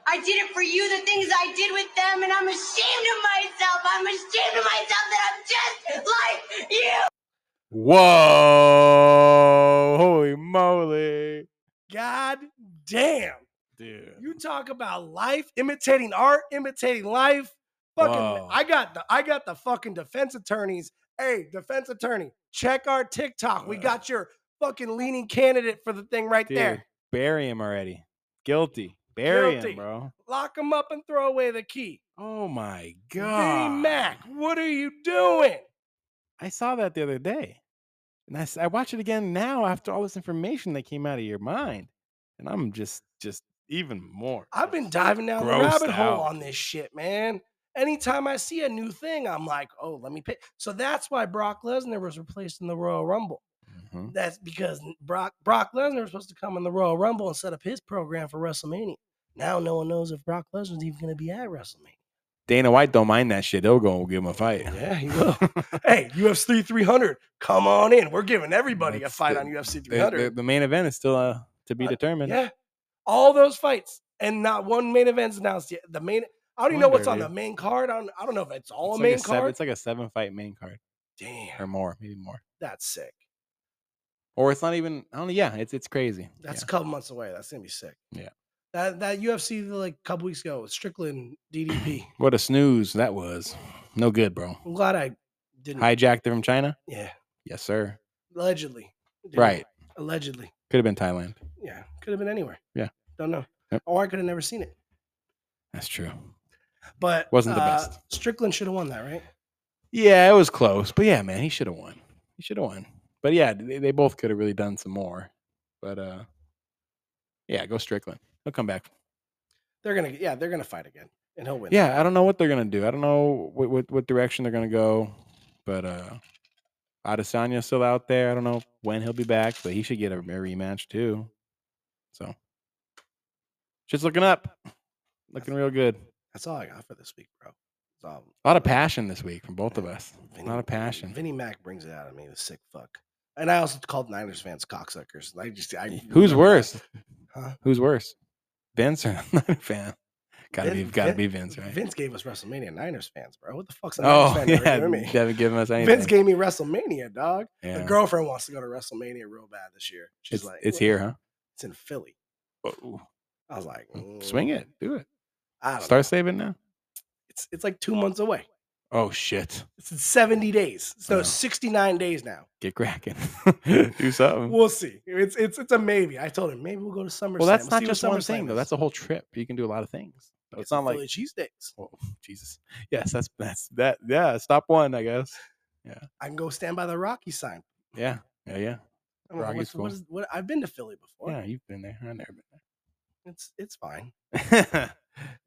[SPEAKER 7] I did it for you, the things I did with them, and I'm ashamed of myself. I'm ashamed of myself that I'm just like you.
[SPEAKER 5] Whoa! Holy moly,
[SPEAKER 4] God damn.
[SPEAKER 5] dude!
[SPEAKER 4] You talk about life imitating art, imitating life. Fucking,
[SPEAKER 5] Whoa.
[SPEAKER 4] I got the I got the fucking defense attorneys. Hey, defense attorney, check our TikTok. We
[SPEAKER 5] Ugh.
[SPEAKER 4] got your fucking leaning candidate for the thing right
[SPEAKER 5] Dude,
[SPEAKER 4] there.
[SPEAKER 5] bury him already. Guilty. Bury
[SPEAKER 4] Guilty.
[SPEAKER 5] him, bro.
[SPEAKER 4] Lock him up and throw away the key.
[SPEAKER 5] Oh my god.
[SPEAKER 4] V Mac, what are you doing?
[SPEAKER 5] I saw that the other day, and I, s- I watch it again now after all this information that came out of your mind, and I'm just just even more.
[SPEAKER 4] I've been diving down the
[SPEAKER 5] Grossed
[SPEAKER 4] rabbit hole
[SPEAKER 5] out.
[SPEAKER 4] on this shit, man. anytime I see a new thing, I'm like, oh, let me pick. So that's why Brock Lesnar was replaced in the Royal Rumble.
[SPEAKER 5] Mhm.
[SPEAKER 4] That's because Brock Brock Lesnar was supposed to come in the Royal Rumble and set up his program for WrestleMania. Now no one knows if Brock Lesnar's even going to be at WrestleMania.
[SPEAKER 5] Dana White don't mind that shit. They'll go and give him a fight.
[SPEAKER 4] Yeah, he will.
[SPEAKER 5] [LAUGHS]
[SPEAKER 4] hey, UFC 300, come on in. We're giving everybody
[SPEAKER 5] That's
[SPEAKER 4] a fight
[SPEAKER 5] the-
[SPEAKER 4] on UFC
[SPEAKER 5] The, the-
[SPEAKER 4] 300.
[SPEAKER 5] the main event is still uh, to be
[SPEAKER 4] Uh,
[SPEAKER 5] determined.
[SPEAKER 4] yeah, all those fights, and not one main event's announced yet. The main, I don't even know what's on
[SPEAKER 5] Wonder,
[SPEAKER 4] the
[SPEAKER 5] dude.
[SPEAKER 4] main card. I don't, I don't know if it's all a
[SPEAKER 5] it's like
[SPEAKER 4] main
[SPEAKER 5] a seven,
[SPEAKER 4] card.
[SPEAKER 5] it's like a seven fight main card or
[SPEAKER 4] Damn,
[SPEAKER 5] more, maybe more.
[SPEAKER 4] that's sick.
[SPEAKER 5] Or it's not even. I don't. know. Yeah, it's it's crazy.
[SPEAKER 4] That's a couple months away. That's gonna be sick.
[SPEAKER 5] Yeah.
[SPEAKER 4] That that UFC like a couple weeks ago, Strickland
[SPEAKER 5] [CLEARS THROAT]
[SPEAKER 4] DDP.
[SPEAKER 5] What a snooze that was. No good, bro.
[SPEAKER 4] I'm glad I didn't.
[SPEAKER 5] Hijacked from China.
[SPEAKER 4] yeah,
[SPEAKER 5] Yes, sir.
[SPEAKER 4] allegedly. Didn't-
[SPEAKER 5] Right.
[SPEAKER 4] Allegedly.
[SPEAKER 5] Could have been Thailand.
[SPEAKER 4] Yeah. Could have been anywhere.
[SPEAKER 5] Yeah.
[SPEAKER 4] Don't know.
[SPEAKER 5] Yep.
[SPEAKER 4] Or I could have never seen it.
[SPEAKER 5] That's true.
[SPEAKER 4] But
[SPEAKER 5] Wasn't the
[SPEAKER 4] uh,
[SPEAKER 5] best.
[SPEAKER 4] Strickland should have won that, right?
[SPEAKER 5] Yeah, it was close, but yeah, man, he should have won. He should have won. But yeah, they, they both could have really done some more. But uh, yeah, go Strickland. He'll come back.
[SPEAKER 4] They're gonna. Yeah, they're gonna fight again, and he'll win.
[SPEAKER 5] Yeah, I don't know what they're gonna do. I don't know what what, what direction they're gonna go. But uh, Adesanya's still out there. I don't know when he'll be back, but he should get a, a rematch too. So, shit's looking up, looking real good.
[SPEAKER 4] That's all I got for this week, bro. It's all,
[SPEAKER 5] A lot of passion this week from both of us.
[SPEAKER 4] Vinny,
[SPEAKER 5] A lot of passion.
[SPEAKER 4] Vinny Mac brings it out of me. The sick fuck. And I also called Niners fans cocksuckers. I just. I
[SPEAKER 5] Who's
[SPEAKER 4] remember that.
[SPEAKER 5] worse?
[SPEAKER 4] Huh?
[SPEAKER 5] Who's worse? Vince or [LAUGHS] Niner fan? Gotta be,
[SPEAKER 4] Vin-
[SPEAKER 5] gotta
[SPEAKER 4] Vin-
[SPEAKER 5] be Vince, right?
[SPEAKER 4] Vince gave us WrestleMania Niners fans, bro. What the fuck's a Niners
[SPEAKER 5] oh
[SPEAKER 4] fan ever
[SPEAKER 5] [LAUGHS] yeah,
[SPEAKER 4] do to me?
[SPEAKER 5] haven't given us anything.
[SPEAKER 4] Vince gave me WrestleMania, dog.
[SPEAKER 5] yeah.
[SPEAKER 4] The girlfriend wants to go to WrestleMania real bad this year. She's
[SPEAKER 5] it's,
[SPEAKER 4] like,
[SPEAKER 5] it's
[SPEAKER 4] "Well,
[SPEAKER 5] here, huh?
[SPEAKER 4] It's in Philly. I was like,
[SPEAKER 5] Swing
[SPEAKER 4] "Mm,
[SPEAKER 5] it, do it.
[SPEAKER 4] I don't know.
[SPEAKER 5] Start saving now.
[SPEAKER 4] It's it's like two months away.
[SPEAKER 5] Oh shit,
[SPEAKER 4] It's in 70 days. So
[SPEAKER 5] Wow.
[SPEAKER 4] 69 days now.
[SPEAKER 5] get cracking. [LAUGHS] do something. Well,
[SPEAKER 4] We'll see. It's it's it's a maybe. I told him maybe we'll go to SummerSlam.
[SPEAKER 5] that's
[SPEAKER 4] We'll
[SPEAKER 5] not
[SPEAKER 4] see what
[SPEAKER 5] just one
[SPEAKER 4] SummerSlam
[SPEAKER 5] thing though.
[SPEAKER 4] is.
[SPEAKER 5] That's a whole trip. You can do a lot of things. So it's
[SPEAKER 4] the
[SPEAKER 5] not like
[SPEAKER 4] Philly cheesesteaks.
[SPEAKER 5] oh, Jesus. Yes, that's that's that. Yeah, stop one, I guess.
[SPEAKER 4] I can go stand by the Rocky sign.
[SPEAKER 5] Yeah, yeah, yeah.
[SPEAKER 4] I'm like,
[SPEAKER 5] Rocky's
[SPEAKER 4] what's, what
[SPEAKER 5] cool.
[SPEAKER 4] is, what, I've been to Philly before.
[SPEAKER 5] Yeah, you've been there. I've never
[SPEAKER 4] It's it's fine.
[SPEAKER 5] [LAUGHS] been there.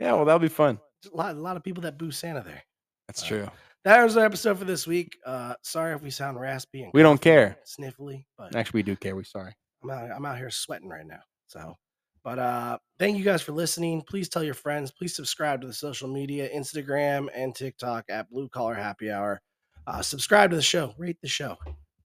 [SPEAKER 5] yeah, well, that'll be fun.
[SPEAKER 4] There's a lot, a lot of people that boo Santa there.
[SPEAKER 5] That's
[SPEAKER 4] Uh,
[SPEAKER 5] true.
[SPEAKER 4] That was our episode for this week. Uh, sorry if we sound raspy and
[SPEAKER 5] We don't care.
[SPEAKER 4] sniffly, but
[SPEAKER 5] Actually, we do care. We're sorry.
[SPEAKER 4] I'm out, I'm out here sweating right now. So, but uh, thank you guys for listening. Please tell your friends. Please subscribe to the social media, Instagram and TikTok at Blue Collar Happy Hour. Uh, subscribe to the show. Rate the show.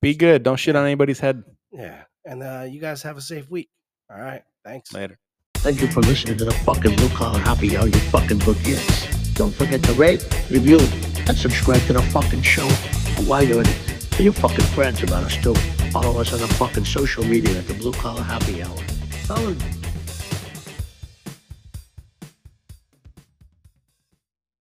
[SPEAKER 5] Be good. Don't shit on anybody's head.
[SPEAKER 4] Yeah, and uh, you guys have a safe week. All right. Thanks.
[SPEAKER 5] Later.
[SPEAKER 2] Thank you for listening to the fucking blue collar happy hour, you fucking forgets. Don't forget to rate, review, and subscribe to the fucking show. And while you're in it, tell your fucking friends about us too. Follow us on the fucking social media at the blue collar happy hour. Follow